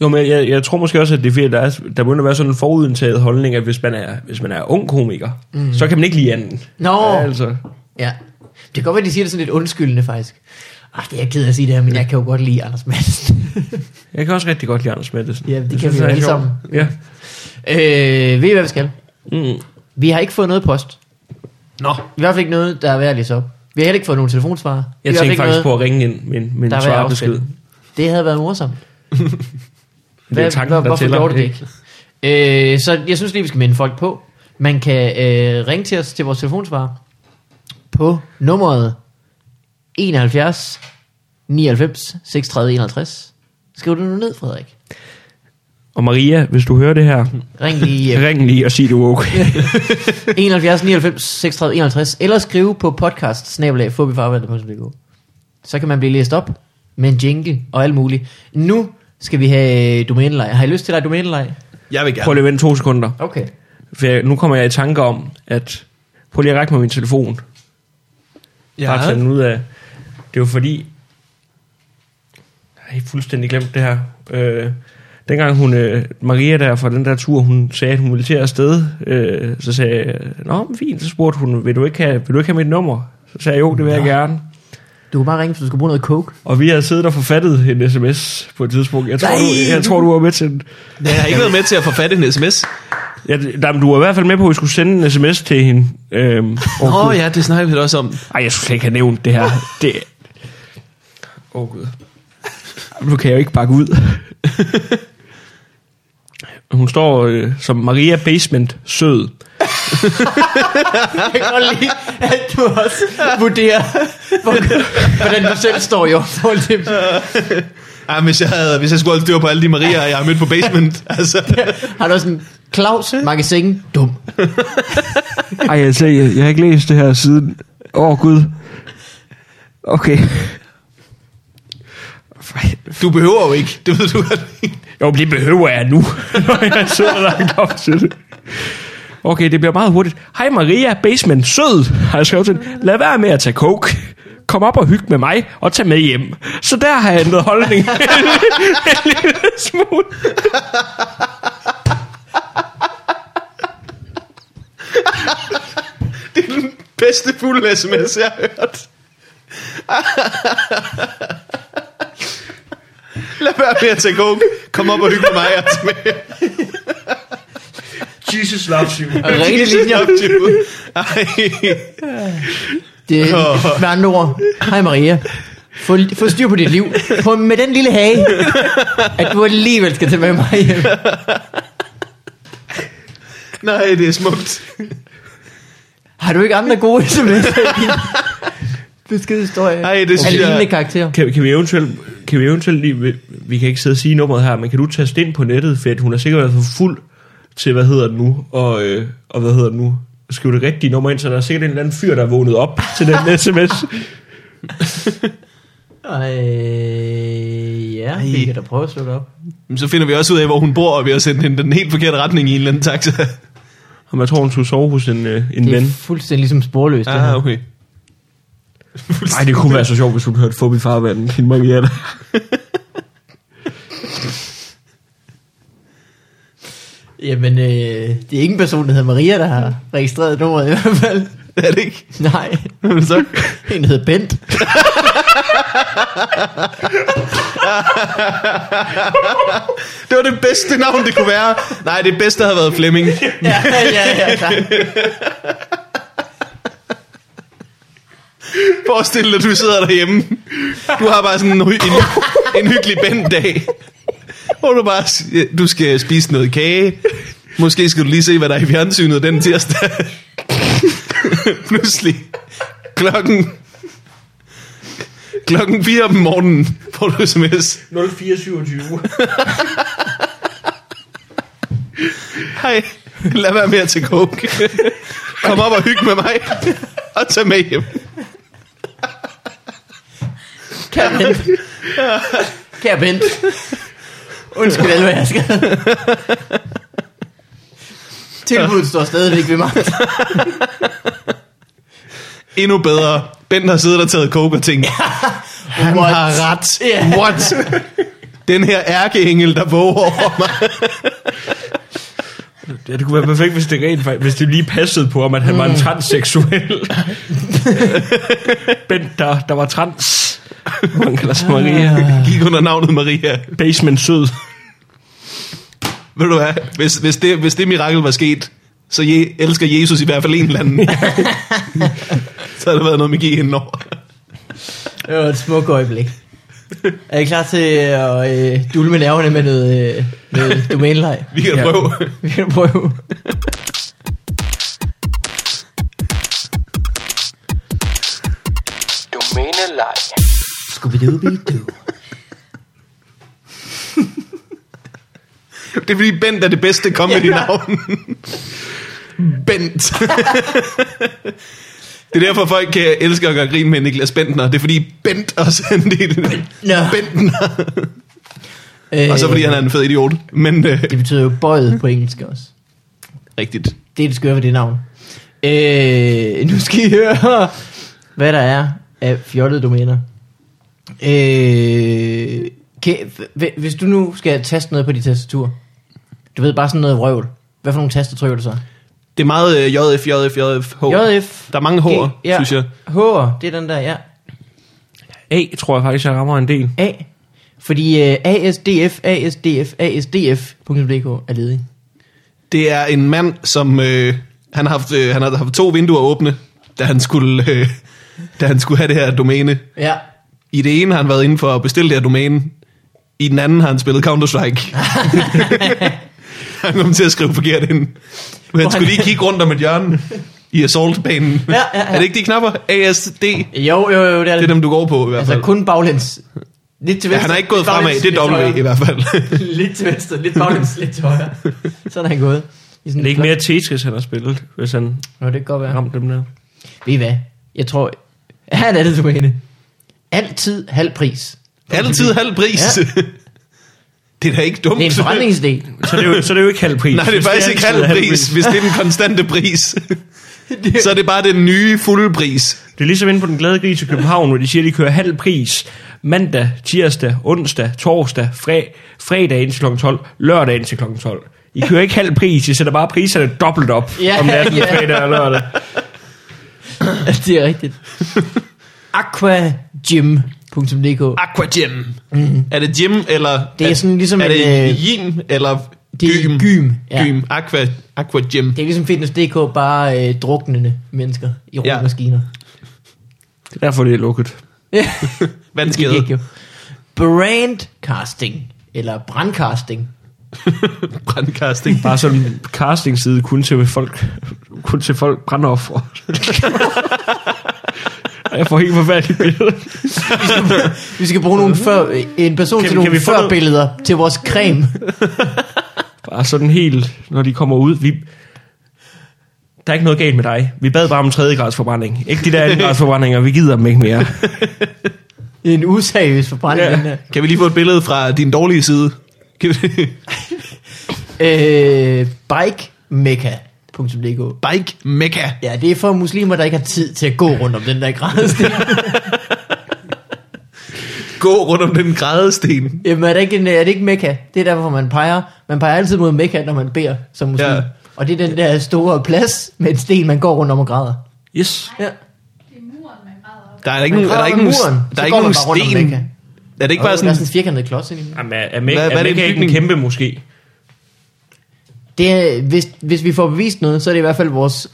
Speaker 3: Jo, men jeg, jeg tror måske også, at det er fordi, at der, er, der begynder at være sådan en forudindtaget holdning, at hvis man er, hvis man er ung komiker, mm. så kan man ikke lide anden.
Speaker 2: Mhm. Nå.
Speaker 3: Ja, altså.
Speaker 2: Ja. Det kan godt være, de siger det sådan lidt undskyldende, faktisk. Ej, det er jeg ked af at sige det her, men jeg kan jo godt lide Anders Madsen.
Speaker 3: Jeg kan også rigtig godt lide Anders Mattelsen.
Speaker 2: Ja, det
Speaker 3: Jeg
Speaker 2: kan
Speaker 3: synes,
Speaker 2: vi jo
Speaker 3: han er
Speaker 2: alle
Speaker 3: sjov.
Speaker 2: sammen.
Speaker 3: Ja.
Speaker 2: øh, ved I, hvad vi skal?
Speaker 3: Mm.
Speaker 2: Vi har ikke fået noget post.
Speaker 1: Nå,
Speaker 2: I hvert fald ikke noget, der er værd at læse op. Vi har heller ikke fået nogen telefonsvarer. I hvert
Speaker 3: Jeg
Speaker 2: fald
Speaker 3: tænkte
Speaker 2: ikke
Speaker 3: faktisk
Speaker 2: noget,
Speaker 3: på at ringe ind, men, men
Speaker 2: der er værd at
Speaker 3: svare besked.
Speaker 2: afsende. Det havde været morsomt.
Speaker 3: Det er tanken,
Speaker 2: hvor-
Speaker 3: der
Speaker 2: hvorfor
Speaker 3: tæller.
Speaker 2: gjorde du det ikke? Øh, så jeg synes lige, vi skal minde folk på. Man kan øh, ringe til os til vores telefonsvarer på nummeret 71 99 36 51. Skriv det nu ned, Frederik.
Speaker 3: Og Maria, hvis du hører det her,
Speaker 2: Ring lige øh,
Speaker 3: ring lige og sig, du er okay.
Speaker 2: 71 99 36 51, eller skrive på podcast snabel-af, fobifarvandet.dk. Så kan man blive læst op med en jingle og alt muligt. Nu skal vi have domænelej. Har I lyst til at have domænelej?
Speaker 1: jeg vil
Speaker 3: Prøv
Speaker 1: gerne.
Speaker 3: lige at vente to sekunder.
Speaker 2: Okay.
Speaker 3: For jeg, nu kommer jeg i tanke om, at... Prøv lige at række mig min telefon. Ja. Bare tage den ud af... Det var fordi... Jeg har fuldstændig glemt det her. Øh, dengang hun, øh, Maria der fra den der tur, hun sagde, at hun ville til afsted, øh, så sagde jeg, Nå, men fint, så spurgte hun, vil du ikke have, vil du ikke have mit nummer? Så sagde jeg, jo, det vil jeg gerne.
Speaker 2: Du kan bare ringe, hvis du skal bruge noget coke.
Speaker 3: Og vi havde siddet og forfattet en sms på et tidspunkt. Jeg tror,
Speaker 2: Nej!
Speaker 3: du, jeg tror, du var med til den.
Speaker 1: Jeg har ikke været med til at forfatte en sms.
Speaker 3: Ja, det- nej, men du var i hvert fald med på, at vi skulle sende en sms til hende. Øhm,
Speaker 1: Åh
Speaker 3: oh,
Speaker 1: oh, ja, det snakker vi da også om.
Speaker 3: Ej, jeg skulle slet ikke have nævnt det her. Det... Åh, oh, gud. Nu kan jeg jo ikke bakke ud. Hun står øh, som Maria Basement sød.
Speaker 2: Jeg kan godt lide, at du også vurderer, hvor, hvordan du selv står i forhold til
Speaker 1: Ja, Ah, hvis jeg, havde, hvis jeg skulle holde styr på alle de Marier, jeg har mødt på basement. altså.
Speaker 2: Har du også en Claus magasin? Dum.
Speaker 3: Ej, altså, jeg, jeg har ikke læst det her siden. Åh, oh, gud. Okay.
Speaker 1: Du behøver jo ikke, det ved du godt.
Speaker 3: Jo, men det behøver jeg nu, når jeg sidder langt op til det. Okay, det bliver meget hurtigt. Hej Maria, basement sød, har jeg skrevet til hende. Lad være med at tage coke. Kom op og hygge med mig, og tag med hjem. Så der har jeg ændret holdning. en lille smule.
Speaker 1: bedste fulde sms, jeg har hørt. Altså, Lad være med at tage coke. Kom op og hygge med mig. og tag med.
Speaker 5: Jesus loves you.
Speaker 2: Rene linjer. Det er med andre ord. Hej Maria. Få, få styr på dit liv. På, med den lille hage, at du alligevel skal tage med mig hjem.
Speaker 1: Nej, det er smukt.
Speaker 2: Har du ikke andre gode sms'er i din beskedhistorie?
Speaker 1: Ej, det
Speaker 2: Af
Speaker 1: synes
Speaker 2: lignende
Speaker 1: jeg...
Speaker 2: karakter.
Speaker 3: Kan, kan, vi eventuelt, kan vi eventuelt lige, vi, vi kan ikke sidde og sige nummeret her, men kan du taste ind på nettet, for at hun har sikkert været for fuld til, hvad hedder det nu, og, øh, og hvad hedder det nu, skrive det rigtige nummer ind, så der er sikkert en eller anden fyr, der er vågnet op til den sms.
Speaker 2: Øh, ja, vi kan da prøve at slå det op.
Speaker 1: Men Så finder vi også ud af, hvor hun bor, og vi har sendt hende den helt forkerte retning i en eller anden taxa.
Speaker 3: Om jeg tror, hun skulle sove hos en, øh, en
Speaker 2: Det er
Speaker 3: ven.
Speaker 2: fuldstændig ligesom sporløst. det her.
Speaker 1: Ah, okay.
Speaker 3: Nej, det kunne være så sjovt, hvis hun hørte Fobi Farvandet. Hende Maria der.
Speaker 2: Jamen, øh, det er ingen person, der hedder Maria, der har registreret nummeret i hvert fald.
Speaker 1: Er det ikke?
Speaker 2: Nej,
Speaker 1: Jamen, så?
Speaker 2: en hedder Bent.
Speaker 1: Det var det bedste navn, det kunne være. Nej, det bedste havde været Flemming.
Speaker 2: Ja, ja, ja, tak.
Speaker 1: Forestil dig, at du sidder derhjemme. Du har bare sådan en, hy- en, en hyggelig benddag. Hvor du bare s- du skal spise noget kage. Måske skal du lige se, hvad der er i fjernsynet den tirsdag. Pludselig klokken klokken 4 om morgenen får du sms.
Speaker 3: 0427.
Speaker 1: Hej, lad være med at tage coke. Kom op og hygge med mig. Og tag med hjem.
Speaker 2: Kære Bent. Kære Bent. Undskyld, alle, hvad jeg skal. Tilbuddet står stadigvæk ved mig.
Speaker 1: Endnu bedre. Bent har siddet og taget coke og tænkt, Han
Speaker 2: What?
Speaker 1: har ret.
Speaker 2: Ja.
Speaker 1: What? Den her ærkeengel, der våger over mig.
Speaker 3: Ja, det kunne være perfekt, hvis det rent fakt- hvis det lige passede på, om at han
Speaker 2: Mm.
Speaker 3: var en transseksuel. Bent, der, der var trans. Man kalder
Speaker 2: Ah.
Speaker 3: sig Maria.
Speaker 1: Gik under navnet Maria.
Speaker 3: Basement sød.
Speaker 1: Ved du hvad? Hvis, hvis, det, hvis det mirakel var sket, så je, elsker Jesus i hvert fald en eller anden. så har der været noget med G indover.
Speaker 2: Det var et smukt øjeblik. Er I klar til at øh, dulme nerverne med noget, øh, noget domænelej?
Speaker 1: Vi kan
Speaker 3: Ja.
Speaker 1: ja. prøve.
Speaker 2: Vi kan prøve.
Speaker 6: Domænelej.
Speaker 2: Scooby-Dooby-Doo.
Speaker 1: Det er fordi Bent er det bedste comedy-navn. Bent. det er derfor, folk kan elske at gøre grin med Niklas Bentner. Det er fordi Bent også er en del.
Speaker 2: Nå.
Speaker 1: Bentner.
Speaker 2: Øh,
Speaker 1: Og så fordi han er en fed idiot. Men øh,
Speaker 2: Det betyder jo bøjet på engelsk også.
Speaker 1: rigtigt.
Speaker 2: Det er det skøre ved det navn. Øh, nu skal I høre, hvad der er af fjollede domæner. Øh, kan, hv- hvis du nu skal taste noget på dit tastatur, du ved bare sådan noget vrøvl. Hvad for nogle taster trykker du så?
Speaker 1: Det er meget øh, JF, JF, JF, H.
Speaker 2: JF.
Speaker 1: Der er mange H'er,
Speaker 2: G- ja.
Speaker 1: synes jeg.
Speaker 2: H'er, det er den der, ja.
Speaker 3: A, tror jeg faktisk, jeg rammer en del.
Speaker 2: A. Fordi øh, ASDF, ASDF, ASDF.dk er ledig.
Speaker 1: Det er en mand, som øh, han, har haft, øh, han har haft to vinduer åbne, da han skulle, øh, da han skulle have det her domæne.
Speaker 2: Ja.
Speaker 1: I det ene har han været inde for at bestille det her domæne. I den anden har han spillet Counter-Strike. han kom til at skrive forkert ind. Men han skulle lige kigge rundt om et hjørne i assaultbanen.
Speaker 2: Ja, ja, ja.
Speaker 1: Er det ikke de knapper? ASD. Det
Speaker 2: Jo, jo, jo, det er
Speaker 1: er dem, du går på i hvert fald.
Speaker 2: Altså kun baglæns. Lidt til
Speaker 1: ja,
Speaker 2: venstre.
Speaker 1: han har ikke gået
Speaker 2: lidt baglæns,
Speaker 1: fremad. Det
Speaker 2: lidt
Speaker 1: er
Speaker 2: højre.
Speaker 1: W i hvert fald.
Speaker 2: lidt til venstre, lidt baglæns, lidt til højre. Sådan er han gået. I sådan
Speaker 3: Det er ikke mere Tetris, han har spillet, hvis han
Speaker 2: Nå, det kan godt være.
Speaker 3: ramte dem der.
Speaker 2: Ved I hvad? Jeg tror... Han er det, du mener. Altid halv pris.
Speaker 1: Altid halv pris.
Speaker 2: Ja.
Speaker 1: Ja. Det er da ikke dumt.
Speaker 2: Det er en forretningsidé.
Speaker 3: Så det er jo, så det er jo ikke halv pris.
Speaker 1: Nej, det er
Speaker 3: Hvis
Speaker 1: faktisk ikke halv
Speaker 3: altid
Speaker 1: pris, hvis det er den konstante pris. Så er det bare den nye fulde pris.
Speaker 3: Det er ligesom inde på Den Glade Gris i København, hvor de siger, at de kører halv pris mandag, tirsdag, onsdag, torsdag, fre- fredag indtil kl. 12, lørdag indtil kl. 12. I kører ikke halv pris, I sætter bare priserne dobbelt op
Speaker 2: Ja,
Speaker 3: om natten,
Speaker 2: ja.
Speaker 3: fredag og lørdag.
Speaker 2: det er rigtigt. Aquagym.dk
Speaker 1: Aquagym. Er det gym, eller
Speaker 2: Mm. Det er sådan ligesom
Speaker 1: er
Speaker 2: en,
Speaker 1: det
Speaker 2: øh,
Speaker 1: gym, eller
Speaker 2: Det er
Speaker 1: Gym.
Speaker 2: gym, ja.
Speaker 1: Gym. Aqua, aqua Gym.
Speaker 2: Det er ligesom Fitness.dk, bare øh, druknende mennesker i
Speaker 1: Ja.
Speaker 2: rummaskiner.
Speaker 3: Det er derfor, det er lukket.
Speaker 2: Ja.
Speaker 1: Vandskade.
Speaker 2: Det gik jo. Brandcasting, eller brandcasting.
Speaker 1: Brandcasting.
Speaker 3: Bare sådan en castingside kun til folk, kun til folk brandoffer. jeg får helt forfærdelige billeder.
Speaker 2: Vi skal bruge nogle før, en person
Speaker 3: Mm. Kan-
Speaker 2: til
Speaker 3: kan
Speaker 2: nogle
Speaker 3: vi få noget-
Speaker 2: førbilleder til vores creme.
Speaker 3: Bare sådan helt, når de kommer ud. Vi, der er ikke noget galt med dig. Vi bad bare om tredje grads forbrænding. Ikke de der anden grads forbrændinger, vi gider dem ikke mere.
Speaker 2: En useriøs forbrænding.
Speaker 3: Ja.
Speaker 2: den her.
Speaker 1: Kan vi lige få et billede fra din dårlige side? Kan vi-
Speaker 2: Øh, bikemecca.dk
Speaker 1: Bike Mecca.
Speaker 2: Ja, det er for muslimer, der ikke har tid til at gå rundt om den der grædesten.
Speaker 1: Gå rundt om den grædesten.
Speaker 2: Jamen, er det, ikke, en- er det ikke Mekka? Det er derfor, man peger. Man peger altid mod Mekka, når man beder som muslim.
Speaker 1: Ja.
Speaker 2: Ja. Og det er den der store plads med en sten, man går rundt om og græder.
Speaker 3: Yes.
Speaker 2: Ja.
Speaker 5: Det er muren, man græder op.
Speaker 1: Der er ikke nogen,
Speaker 2: Man
Speaker 1: er der
Speaker 2: kravler
Speaker 1: ikke nogen,
Speaker 2: muren,
Speaker 1: der er
Speaker 2: så går
Speaker 1: ikke nogen
Speaker 2: man bare rundt om
Speaker 1: sten.
Speaker 2: Mekka.
Speaker 1: Er det ikke bare
Speaker 2: Og Der er sådan
Speaker 1: sådan,
Speaker 2: en firkantet klods ind i den.
Speaker 3: Jamen, er, er, Mæk,
Speaker 1: Hvad-
Speaker 3: hvad,
Speaker 1: hvad
Speaker 3: er,
Speaker 1: er det,
Speaker 3: Mæk
Speaker 1: en
Speaker 3: ikke en
Speaker 1: bygning?
Speaker 3: kæmpe måske?
Speaker 2: Det er, hvis, hvis vi får bevist noget, så er det i hvert fald vores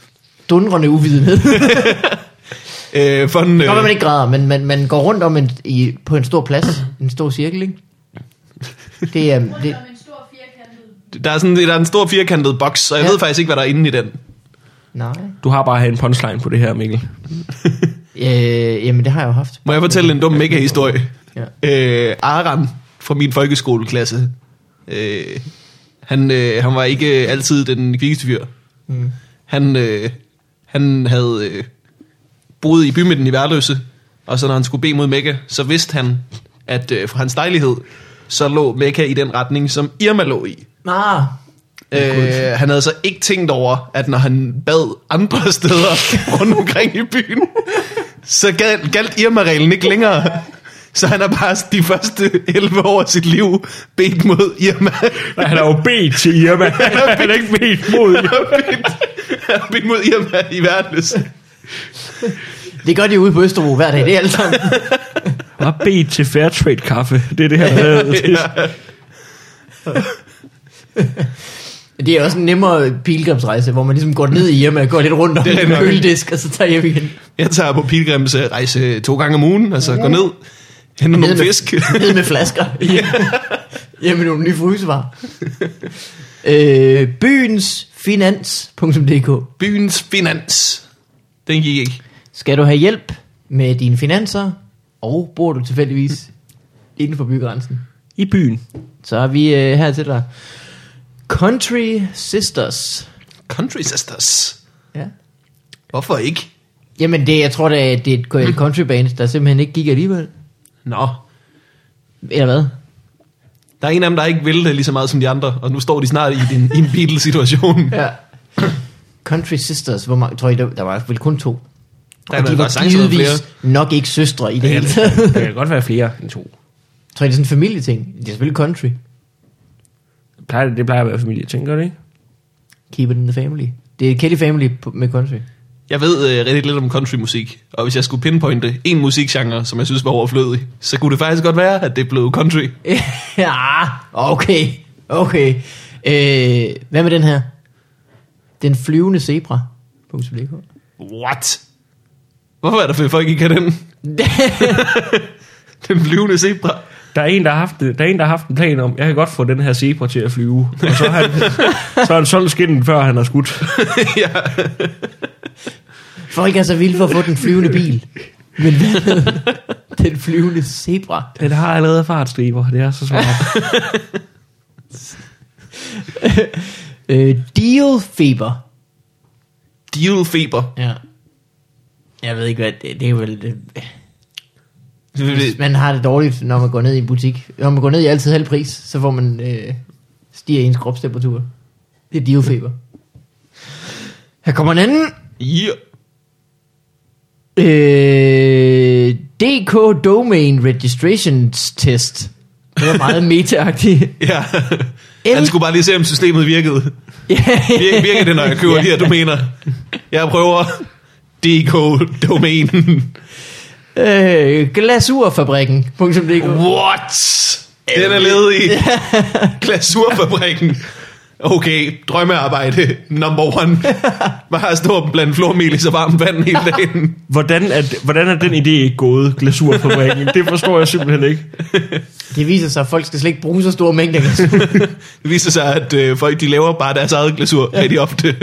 Speaker 2: dundrende uvidenhed. Det
Speaker 1: øh, for en,
Speaker 2: kan godt være, man
Speaker 1: øh,
Speaker 2: ikke græder, men man, man går rundt om en, i, på en stor plads, en stor cirkel, ikke? Det er,
Speaker 5: Rundt
Speaker 2: det,
Speaker 5: om en stor firkantet
Speaker 1: der, er sådan, der er en stor firkantet boks, og jeg
Speaker 2: Ja.
Speaker 1: ved faktisk ikke, hvad der er inde i den.
Speaker 2: nej.
Speaker 3: Du har bare en punchline på det her, Mikkel.
Speaker 2: Øh, jamen, det har jeg jo haft.
Speaker 1: Må jeg fortælle en dum mega-historie?
Speaker 2: Ja.
Speaker 1: Øh, Aran fra min folkeskoleklasse, øh, han, øh, han var ikke altid den kvikkeste fyr.
Speaker 2: Mm.
Speaker 1: Han, øh, han havde øh, boet i bymidten i Værløse, og så når han skulle bede mod Mekka, så vidste han, at øh, fra hans dejlighed, så lå Mekka i den retning, som Irma lå i.
Speaker 2: Ah,
Speaker 1: Øh, han havde så ikke tænkt over, at når han bad andre steder rundt omkring i byen, så galt, galt Irma-reglen ikke længere. Så han har bare de første 11 år af sit liv bedt mod Irma.
Speaker 3: Nej, han har jo bedt til Irma. han er ikke bedt mod
Speaker 1: Han har bedt- han har bedt mod Irma i verdens.
Speaker 2: det gør de ude på Østerbro hver dag, det er alt sammen.
Speaker 3: Bare bedt til Fairtrade kaffe. Det er det her, han lavede. Det er-
Speaker 2: Det er også en nemmere pilgrimsrejse, hvor man ligesom går ned i Irma og går lidt rundt om
Speaker 1: Det er
Speaker 2: en
Speaker 1: nok.
Speaker 2: øldisk, og så tager hjem igen.
Speaker 1: Jeg tager på pilgrimsrejse to gange om ugen, altså går ned, henter nogle
Speaker 2: med-
Speaker 1: fisk.
Speaker 2: Ned med flasker. Hjem med nogle nye frysevarer. Øh, byensfinans.dk
Speaker 1: Byens finans. Den gik ikke.
Speaker 2: Skal du have hjælp med dine finanser, og bor du tilfældigvis inden for bygrænsen,
Speaker 3: I byen.
Speaker 2: så er vi øh, her til dig. Country Sisters.
Speaker 1: Country sisters.
Speaker 2: Ja.
Speaker 1: Hvorfor ikke?
Speaker 2: Jamen, det, jeg tror, det er, det er et country band, der simpelthen ikke gik alligevel.
Speaker 1: Nå,
Speaker 2: Eller hvad?
Speaker 1: Der er en af dem, der ikke vil det lige så meget som de andre, og nu står de snart i, din, i en Beatles-situation.
Speaker 2: Ja. Country Sisters, hvor mange, tror I, der, der var vel kun to?
Speaker 1: Der
Speaker 2: og
Speaker 1: er
Speaker 2: de
Speaker 1: der
Speaker 2: var
Speaker 1: sagtens været flere.
Speaker 2: givetvis nok ikke søstre i det hele taget.
Speaker 3: Der kan godt være flere end to.
Speaker 2: Tror I, det er sådan en familieting? Det er selvfølgelig country.
Speaker 3: Det plejer, det plejer at være familie, tænker du ikke?
Speaker 2: Keep it in the family. Det er Kelly Family på- med country.
Speaker 1: Jeg ved øh, rigtig lidt om countrymusik, og hvis jeg skulle pinpointe en musikgenre, som jeg synes var overflødig, så kunne det faktisk godt være, at det blev country.
Speaker 2: ja, okay. Okay. Øh, hvad med den her? Den flyvende zebra. .dk.
Speaker 1: What? Hvorfor er der for folk ikke kan den? Den flyvende zebra.
Speaker 3: Der er, en, der, har haft, det- der er en, der har haft en plan om, jeg kan godt få den her zebra til at flyve. Og så har han, så har han solgt skinnen, før han har skudt.
Speaker 1: ja.
Speaker 2: Folk er så vilde for at få den flyvende bil. Men hvad med den flyvende zebra?
Speaker 3: Den har allerede fartstriber, det er så smart.
Speaker 2: Øh, deal fever.
Speaker 1: Deal feber.
Speaker 2: Ja. Jeg ved ikke hvad, det, det er vel... Det, hvis man har det dårligt, når man går ned i en butik. Når man går ned i altid halv pris, så får man øh, stiger ens kropstemperatur. Det er diofeber. Her kommer en anden.
Speaker 1: Yeah.
Speaker 2: Øh, DK Domain Registrations Test. Det var meget meta-agtigt.
Speaker 1: Ja. Han skulle bare lige se, om systemet virkede. Virker, virker det, når jeg køber
Speaker 2: Ja.
Speaker 1: de her domæner? Jeg prøver DK-domænen.
Speaker 2: øh, glasurfabrikken.dk
Speaker 1: What? Den er ledig. Glasurfabrikken. Okay, drømmearbejde number one. Man har stået blandt flormel i så varmt vand hele dagen.
Speaker 3: Hvordan er, hvordan er den idé ikke gået, glasurfabrikken? Det forstår jeg simpelthen ikke.
Speaker 2: Det viser sig, at folk skal slet ikke bruge så store mængder glasur.
Speaker 1: Det viser sig, at øh, folk de laver bare deres eget glasur rigtig ofte.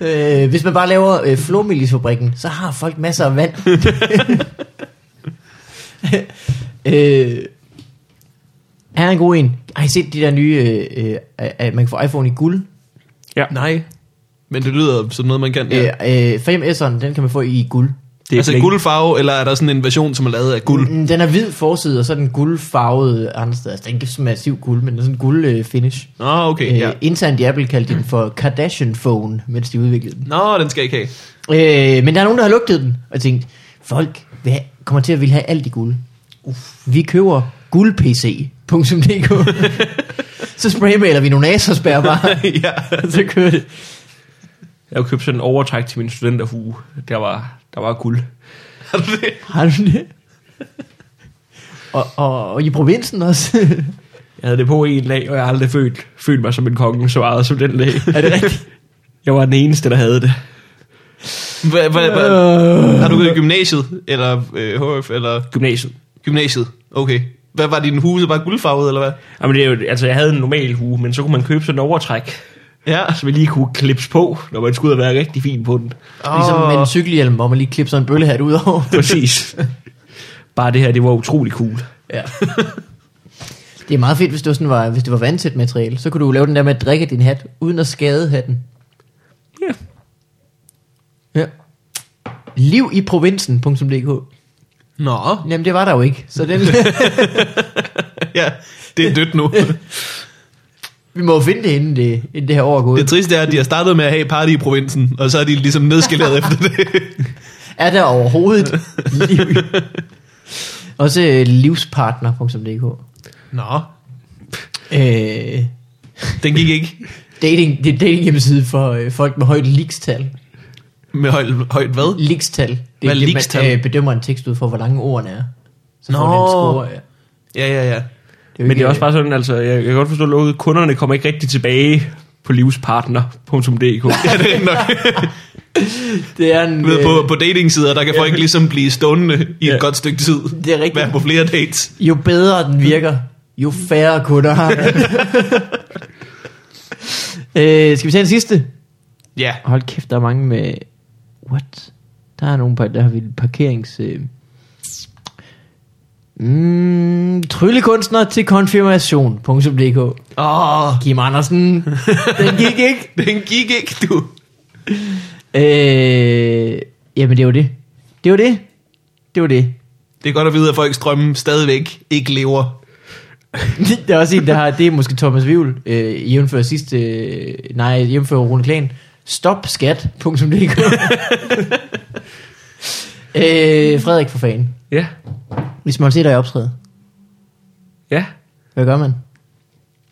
Speaker 2: øh, hvis man bare laver øh, flormelisfabrikken, så har folk masser af vand. øh, her er en god en. Har I set de der nye, øh, øh, at man kan få iPhone i guld?
Speaker 3: Ja.
Speaker 1: Nej, men det lyder som noget, man kan. Ja.
Speaker 2: Ja. Øh, øh, 5S'eren, den kan man få i guld.
Speaker 1: Det er altså
Speaker 3: bling.
Speaker 1: guldfarve, eller er der sådan en version, som er lavet af guld?
Speaker 2: Mm, Den er hvid forside, og så er den guldfarvet andre steder. Altså, den er ikke sådan massiv guld, men den er sådan en guld øh, finish.
Speaker 1: Nå, okay, ja.
Speaker 2: Øh, internt i Apple kaldte de den for Kardashian Phone, mens de udviklede den.
Speaker 1: Nå, den skal jeg ikke have.
Speaker 2: Øh, men der er nogen, der har lugtet den, og tænkt, folk vil have, kommer til at ville have alt i guld. Uff. Vi køber guldpc.dk Så spraymaler vi nogle aserspær bare,
Speaker 1: ja.
Speaker 2: og så kører det.
Speaker 3: Jeg har jo købt sådan en overtræk til min studenterhue. Der var, der var guld.
Speaker 1: Har du det?
Speaker 2: Har du det? Og, og, og i provinsen også.
Speaker 3: Jeg havde det på en lag, og jeg har aldrig følt, følt mig som en konge, så meget som den lag.
Speaker 2: er det rigtigt?
Speaker 3: Jeg var den eneste, der havde det.
Speaker 1: Hva, hva, hva, har du gået i gymnasiet? Eller øh, HF? Eller
Speaker 3: Gymnasiet.
Speaker 1: gymnasiet? Okay. Hvad var din huse? Var guldfarvet, eller hvad?
Speaker 3: Jamen, det er jo, altså, jeg havde en normal hue, men så kunne man købe sådan en overtræk,
Speaker 1: Ja.
Speaker 3: som jeg lige kunne klips på, når man skulle ud og være rigtig fin på den.
Speaker 2: Ligesom med en cykelhjelm, hvor man lige klipper sådan en bøllehat ud over.
Speaker 3: Præcis. Bare det her, det var utrolig cool.
Speaker 2: Ja. Det er meget fedt, hvis det var, sådan var, hvis det var vandtæt materiale. Så kunne du lave den der med at drikke din hat, uden at skade hatten.
Speaker 3: Ja.
Speaker 2: Ja. Liv i provinsen.dk
Speaker 1: Nå.
Speaker 2: Jamen, det var der jo ikke. Så den,
Speaker 1: Ja, det er dødt nu.
Speaker 2: vi må jo finde det, inden det, inden det her år er
Speaker 1: Det
Speaker 2: gået.
Speaker 1: triste er, at de har startet med at have party i provinsen, og så er de ligesom nedskaleret efter det.
Speaker 2: Er der overhovedet liv? i- Også øh, livspartner.dk
Speaker 1: Nå,
Speaker 2: øh,
Speaker 1: den gik ikke
Speaker 2: dating, det er dating hjemmeside for øh, folk med højt likstal.
Speaker 1: med højt, højt hvad?
Speaker 2: Likstal. Det
Speaker 1: Hvad er
Speaker 2: det,
Speaker 1: leaks-tal?
Speaker 2: man øh, bedømmer en tekst ud for, hvor lange ordene er. Så
Speaker 1: Nå.
Speaker 2: får den en score, ja.
Speaker 1: Ja, ja, ja.
Speaker 2: jo
Speaker 3: Men det
Speaker 2: ikke-
Speaker 3: er også bare sådan, altså, jeg, jeg kan godt forstå, at lukket kunderne kommer ikke rigtig tilbage på livspartner.dk.
Speaker 1: Ja, det er rigtig nok.
Speaker 2: Det er en,
Speaker 1: Du ved,
Speaker 2: øh,
Speaker 1: på, på datingsider, der kan folk ligesom blive stående i et
Speaker 3: Ja.
Speaker 1: godt stykke tid.
Speaker 2: Det er rigtigt.
Speaker 1: Være på flere dates.
Speaker 2: øh, jo bedre den virker, jo færre kunder har man. øh, skal vi tage en sidste?
Speaker 1: Ja.
Speaker 2: Hold kæft, der er mange med... What? Der er nogle, par- der har vi parkerings... Øh... Mm, tryllekunstner til konfirmation.dk
Speaker 1: Åh, oh,
Speaker 2: Kim Andersen, den gik ikke.
Speaker 1: den gik ikke, du.
Speaker 2: Øh, jamen, det var det. Det var det. Det var det.
Speaker 1: Det er godt at vide, at folks drømme stadigvæk ikke lever.
Speaker 2: der er også en, der har, det er måske Thomas Vivl, øh, jævnfører sidste, øh, nej, jævnfører Rune Klan, stopskat.dk øh, Frederik for fanden.
Speaker 3: ja,
Speaker 2: Hvis man ser dig optræde,
Speaker 3: ja.
Speaker 2: hvad gør man?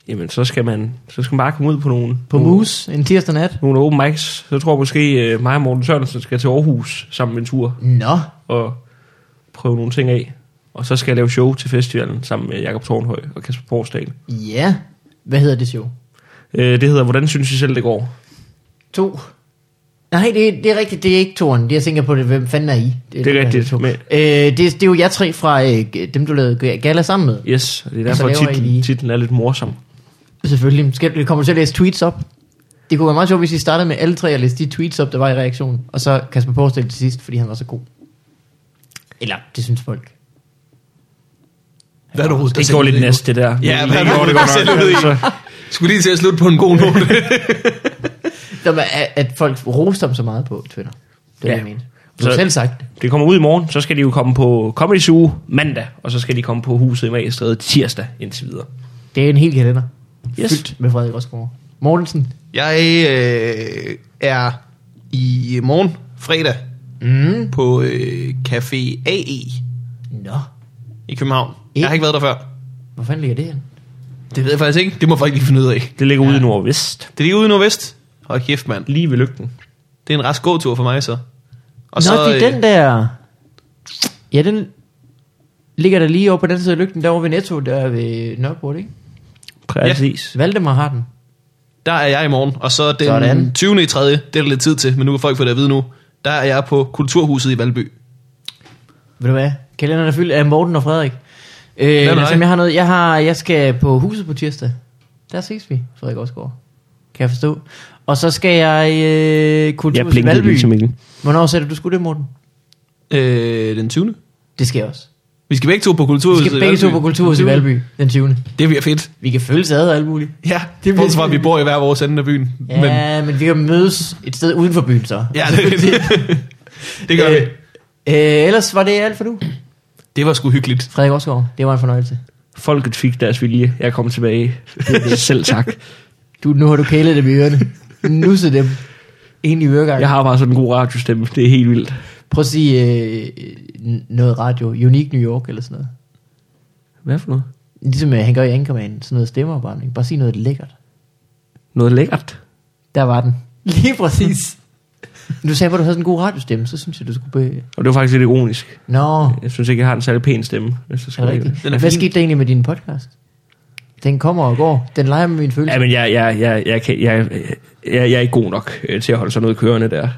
Speaker 3: Jamen, så skal man, så skal man bare komme ud på nogle...
Speaker 2: På mm. Moose en tirsdag nat?
Speaker 3: Nogle open mics. Så tror jeg måske, øh, mig og Morten Sørensen skal til Aarhus sammen med en tur
Speaker 2: Nå,
Speaker 3: og prøve nogle ting af. Og så skal jeg lave show til festivalen sammen med Jakob Tornhøj og Kasper Porsdal.
Speaker 2: ja. Hvad hedder det show?
Speaker 3: Øh, det hedder, hvordan synes I selv det går?
Speaker 2: To. Nej, det, det er rigtigt, det er ikke toren. Det jeg tænker på, det, hvem fanden er I?
Speaker 3: Det er
Speaker 2: den, der
Speaker 3: rigtigt,
Speaker 2: hedder To.
Speaker 3: men-
Speaker 2: Øh, det, det er jo jer tre fra øh, dem, du lavede gala sammen med.
Speaker 3: Yes, og det er
Speaker 2: Og så
Speaker 3: derfor,
Speaker 2: laver I lige-
Speaker 3: titlen, titlen er lidt morsom.
Speaker 2: Selvfølgelig. Skal, vi kommer til at læse tweets op. Det kunne være meget sjovt, hvis I startede med alle tre at læse de tweets op, der var i reaktionen. Og så Kasper Porsdal til sidst, fordi han var så god. Eller, det synes folk.
Speaker 1: Hvad er du hovedet?
Speaker 3: Det går lidt næst, det der.
Speaker 1: Ja,
Speaker 3: Men
Speaker 1: hvad
Speaker 3: det
Speaker 1: er
Speaker 3: går
Speaker 1: du
Speaker 3: det godt
Speaker 1: selv
Speaker 3: nok.
Speaker 1: ude i?
Speaker 3: Altså,
Speaker 1: Skulle lige til at slutte på en god note.
Speaker 2: Der var, at, at folk roste ham så meget på Twitter. Det er ja.
Speaker 3: Ja.
Speaker 2: det, jeg mener. Du har
Speaker 3: Så-
Speaker 2: selv sagt det.
Speaker 3: Det kommer ud i morgen, så skal de jo komme på Comedy Zoo mandag, og så skal de komme på huset i Magestræde tirsdag indtil videre.
Speaker 2: Det er en hel kalender.
Speaker 3: Yes.
Speaker 2: Fyldt med Frederik Rosgaard. Mortensen.
Speaker 1: Jeg øh, er i morgen, fredag,
Speaker 2: Mm.
Speaker 1: på øh, Café AE
Speaker 2: Nå,
Speaker 1: i København. Jeg har ikke været der før.
Speaker 2: hvor fanden ligger det her?
Speaker 1: Det ved jeg faktisk ikke. Det må folk lige finde ud af.
Speaker 3: Det ligger ja. ude i Nordvest,
Speaker 1: Det er lige ude i Nordvest. Hold kæft, mand.
Speaker 3: lige ved lygten.
Speaker 1: Det er en ret god tur for mig, så. øh,
Speaker 2: Og Nå, så, øh, det er den der... Ja, den ligger der lige over på den side af lygten, derovre ved Netto, der ved Nørreport, ikke?
Speaker 3: Præcis.
Speaker 2: Valdemar har den.
Speaker 1: Der er jeg i morgen, og så den
Speaker 2: Sådan.
Speaker 1: 20. i 3. Det er der lidt tid til, men nu kan folk få det at vide nu. Der er jeg på Kulturhuset i Valby.
Speaker 2: Ved du hvad? Kalenderen er fyldt af Morten og Frederik. Øh,
Speaker 1: med
Speaker 2: altså,
Speaker 1: dig?
Speaker 2: jeg, har noget, jeg, har, jeg skal på huset på tirsdag. Der ses vi, Frederik Osgaard. Kan jeg forstå. Og så skal jeg øh,
Speaker 3: Jeg
Speaker 2: kultur i
Speaker 3: blinkede lige
Speaker 2: Valby.
Speaker 3: til Mikkel.
Speaker 2: Hvornår sætter du skulle det, Morten?
Speaker 1: Øh, den 20.
Speaker 2: Det skal jeg også.
Speaker 1: Vi skal begge to på
Speaker 2: Vi
Speaker 1: Kulturhuset
Speaker 2: skal begge
Speaker 1: i Valby.
Speaker 2: to på kulturhuset i Valby den 20.
Speaker 1: Det bliver fedt.
Speaker 2: Vi kan følges ad og alt muligt.
Speaker 1: Ja, det
Speaker 2: bliver-
Speaker 1: bliver fra, at vi bor i hver vores ende af byen.
Speaker 2: Ja, men, men vi kan mødes et sted uden for byen så.
Speaker 1: ja det, det, det gør vi.
Speaker 2: Øh, ellers var det alt for nu.
Speaker 1: Det var sgu hyggeligt.
Speaker 2: Frederik Osgaard, det var en fornøjelse.
Speaker 3: Folket fik deres vilje. Jeg kom tilbage. Selv tak.
Speaker 2: Du, nu har du kælet dem i ørerne. Nusse dem. Ind i øregangen.
Speaker 3: Jeg har bare sådan en god radiostemme. Det er helt vildt.
Speaker 2: Prøv at sige øh, øh, noget radio. Unique New York eller sådan noget.
Speaker 3: Hvad for noget?
Speaker 2: Ligesom øh, han gør i Anchorman. Sådan noget stemmeopvarmning. Bare sig noget lækkert.
Speaker 3: Noget lækkert.
Speaker 2: Der var den. Lige præcis. du sagde, at du havde sådan en god radiostemme. Så synes jeg, du skulle... Be...
Speaker 3: Og det var faktisk lidt ironisk.
Speaker 2: Nå,
Speaker 3: Jeg synes ikke, jeg har en særlig pæn stemme. Hvis jeg
Speaker 2: er
Speaker 3: skal
Speaker 2: det
Speaker 3: være
Speaker 2: rigtigt?
Speaker 1: Den er
Speaker 2: Hvad
Speaker 1: fin.
Speaker 2: skete der egentlig med din podcast? Den kommer og går. Den leger med mine følelser.
Speaker 3: Ja, men jeg, jeg, jeg, jeg, kan, jeg, jeg, jeg, jeg er ikke god nok øh, til at holde sådan noget kørende der.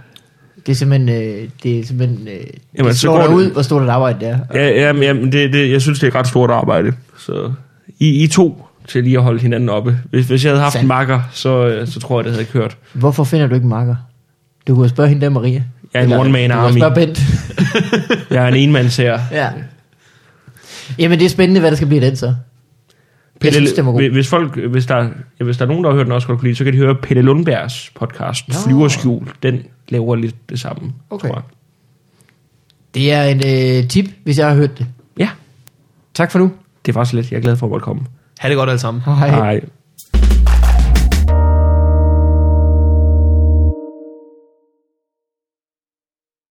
Speaker 2: Det er simpelthen... Øh, det er simpelthen øh, Jamen,
Speaker 3: Jamen,
Speaker 2: det
Speaker 3: så
Speaker 2: slår
Speaker 3: går
Speaker 2: dig
Speaker 3: det-
Speaker 2: ud, hvor stort et arbejde det er.
Speaker 3: Ja, ja, men- ja men det, det, jeg synes, det er et ret stort arbejde. Så I, I to til lige at holde hinanden oppe. Hvis, hvis jeg havde haft en
Speaker 2: Sandt.
Speaker 3: makker, så, øh, så tror jeg, det havde kørt.
Speaker 2: Hvorfor finder du ikke makker? Du kunne jo spørge hende der, Maria.
Speaker 3: Jeg er en
Speaker 2: Eller
Speaker 3: one-man
Speaker 2: du kunne
Speaker 3: army.
Speaker 2: spørge Bent.
Speaker 3: Jeg er en enmandsherre.
Speaker 2: ja. Jamen, det er spændende, hvad der skal blive den så. Jeg synes, den var god.
Speaker 3: hvis- hvis, folk, hvis, der, ja, hvis der er nogen, der har hørt den også godt kunne lide, så kan de høre Pelle Lundbergs podcast,
Speaker 2: Nå.
Speaker 3: Flyverskjul. Den laver lidt det samme,
Speaker 2: Okay.
Speaker 3: okay. tror jeg.
Speaker 2: Det er en øh, tip, hvis jeg har hørt det.
Speaker 3: Ja,
Speaker 2: Tak for nu.
Speaker 3: det var så lidt. Jeg er glad for at måtte komme.
Speaker 1: Ha' det godt alle sammen.
Speaker 2: Hej.
Speaker 3: Hej.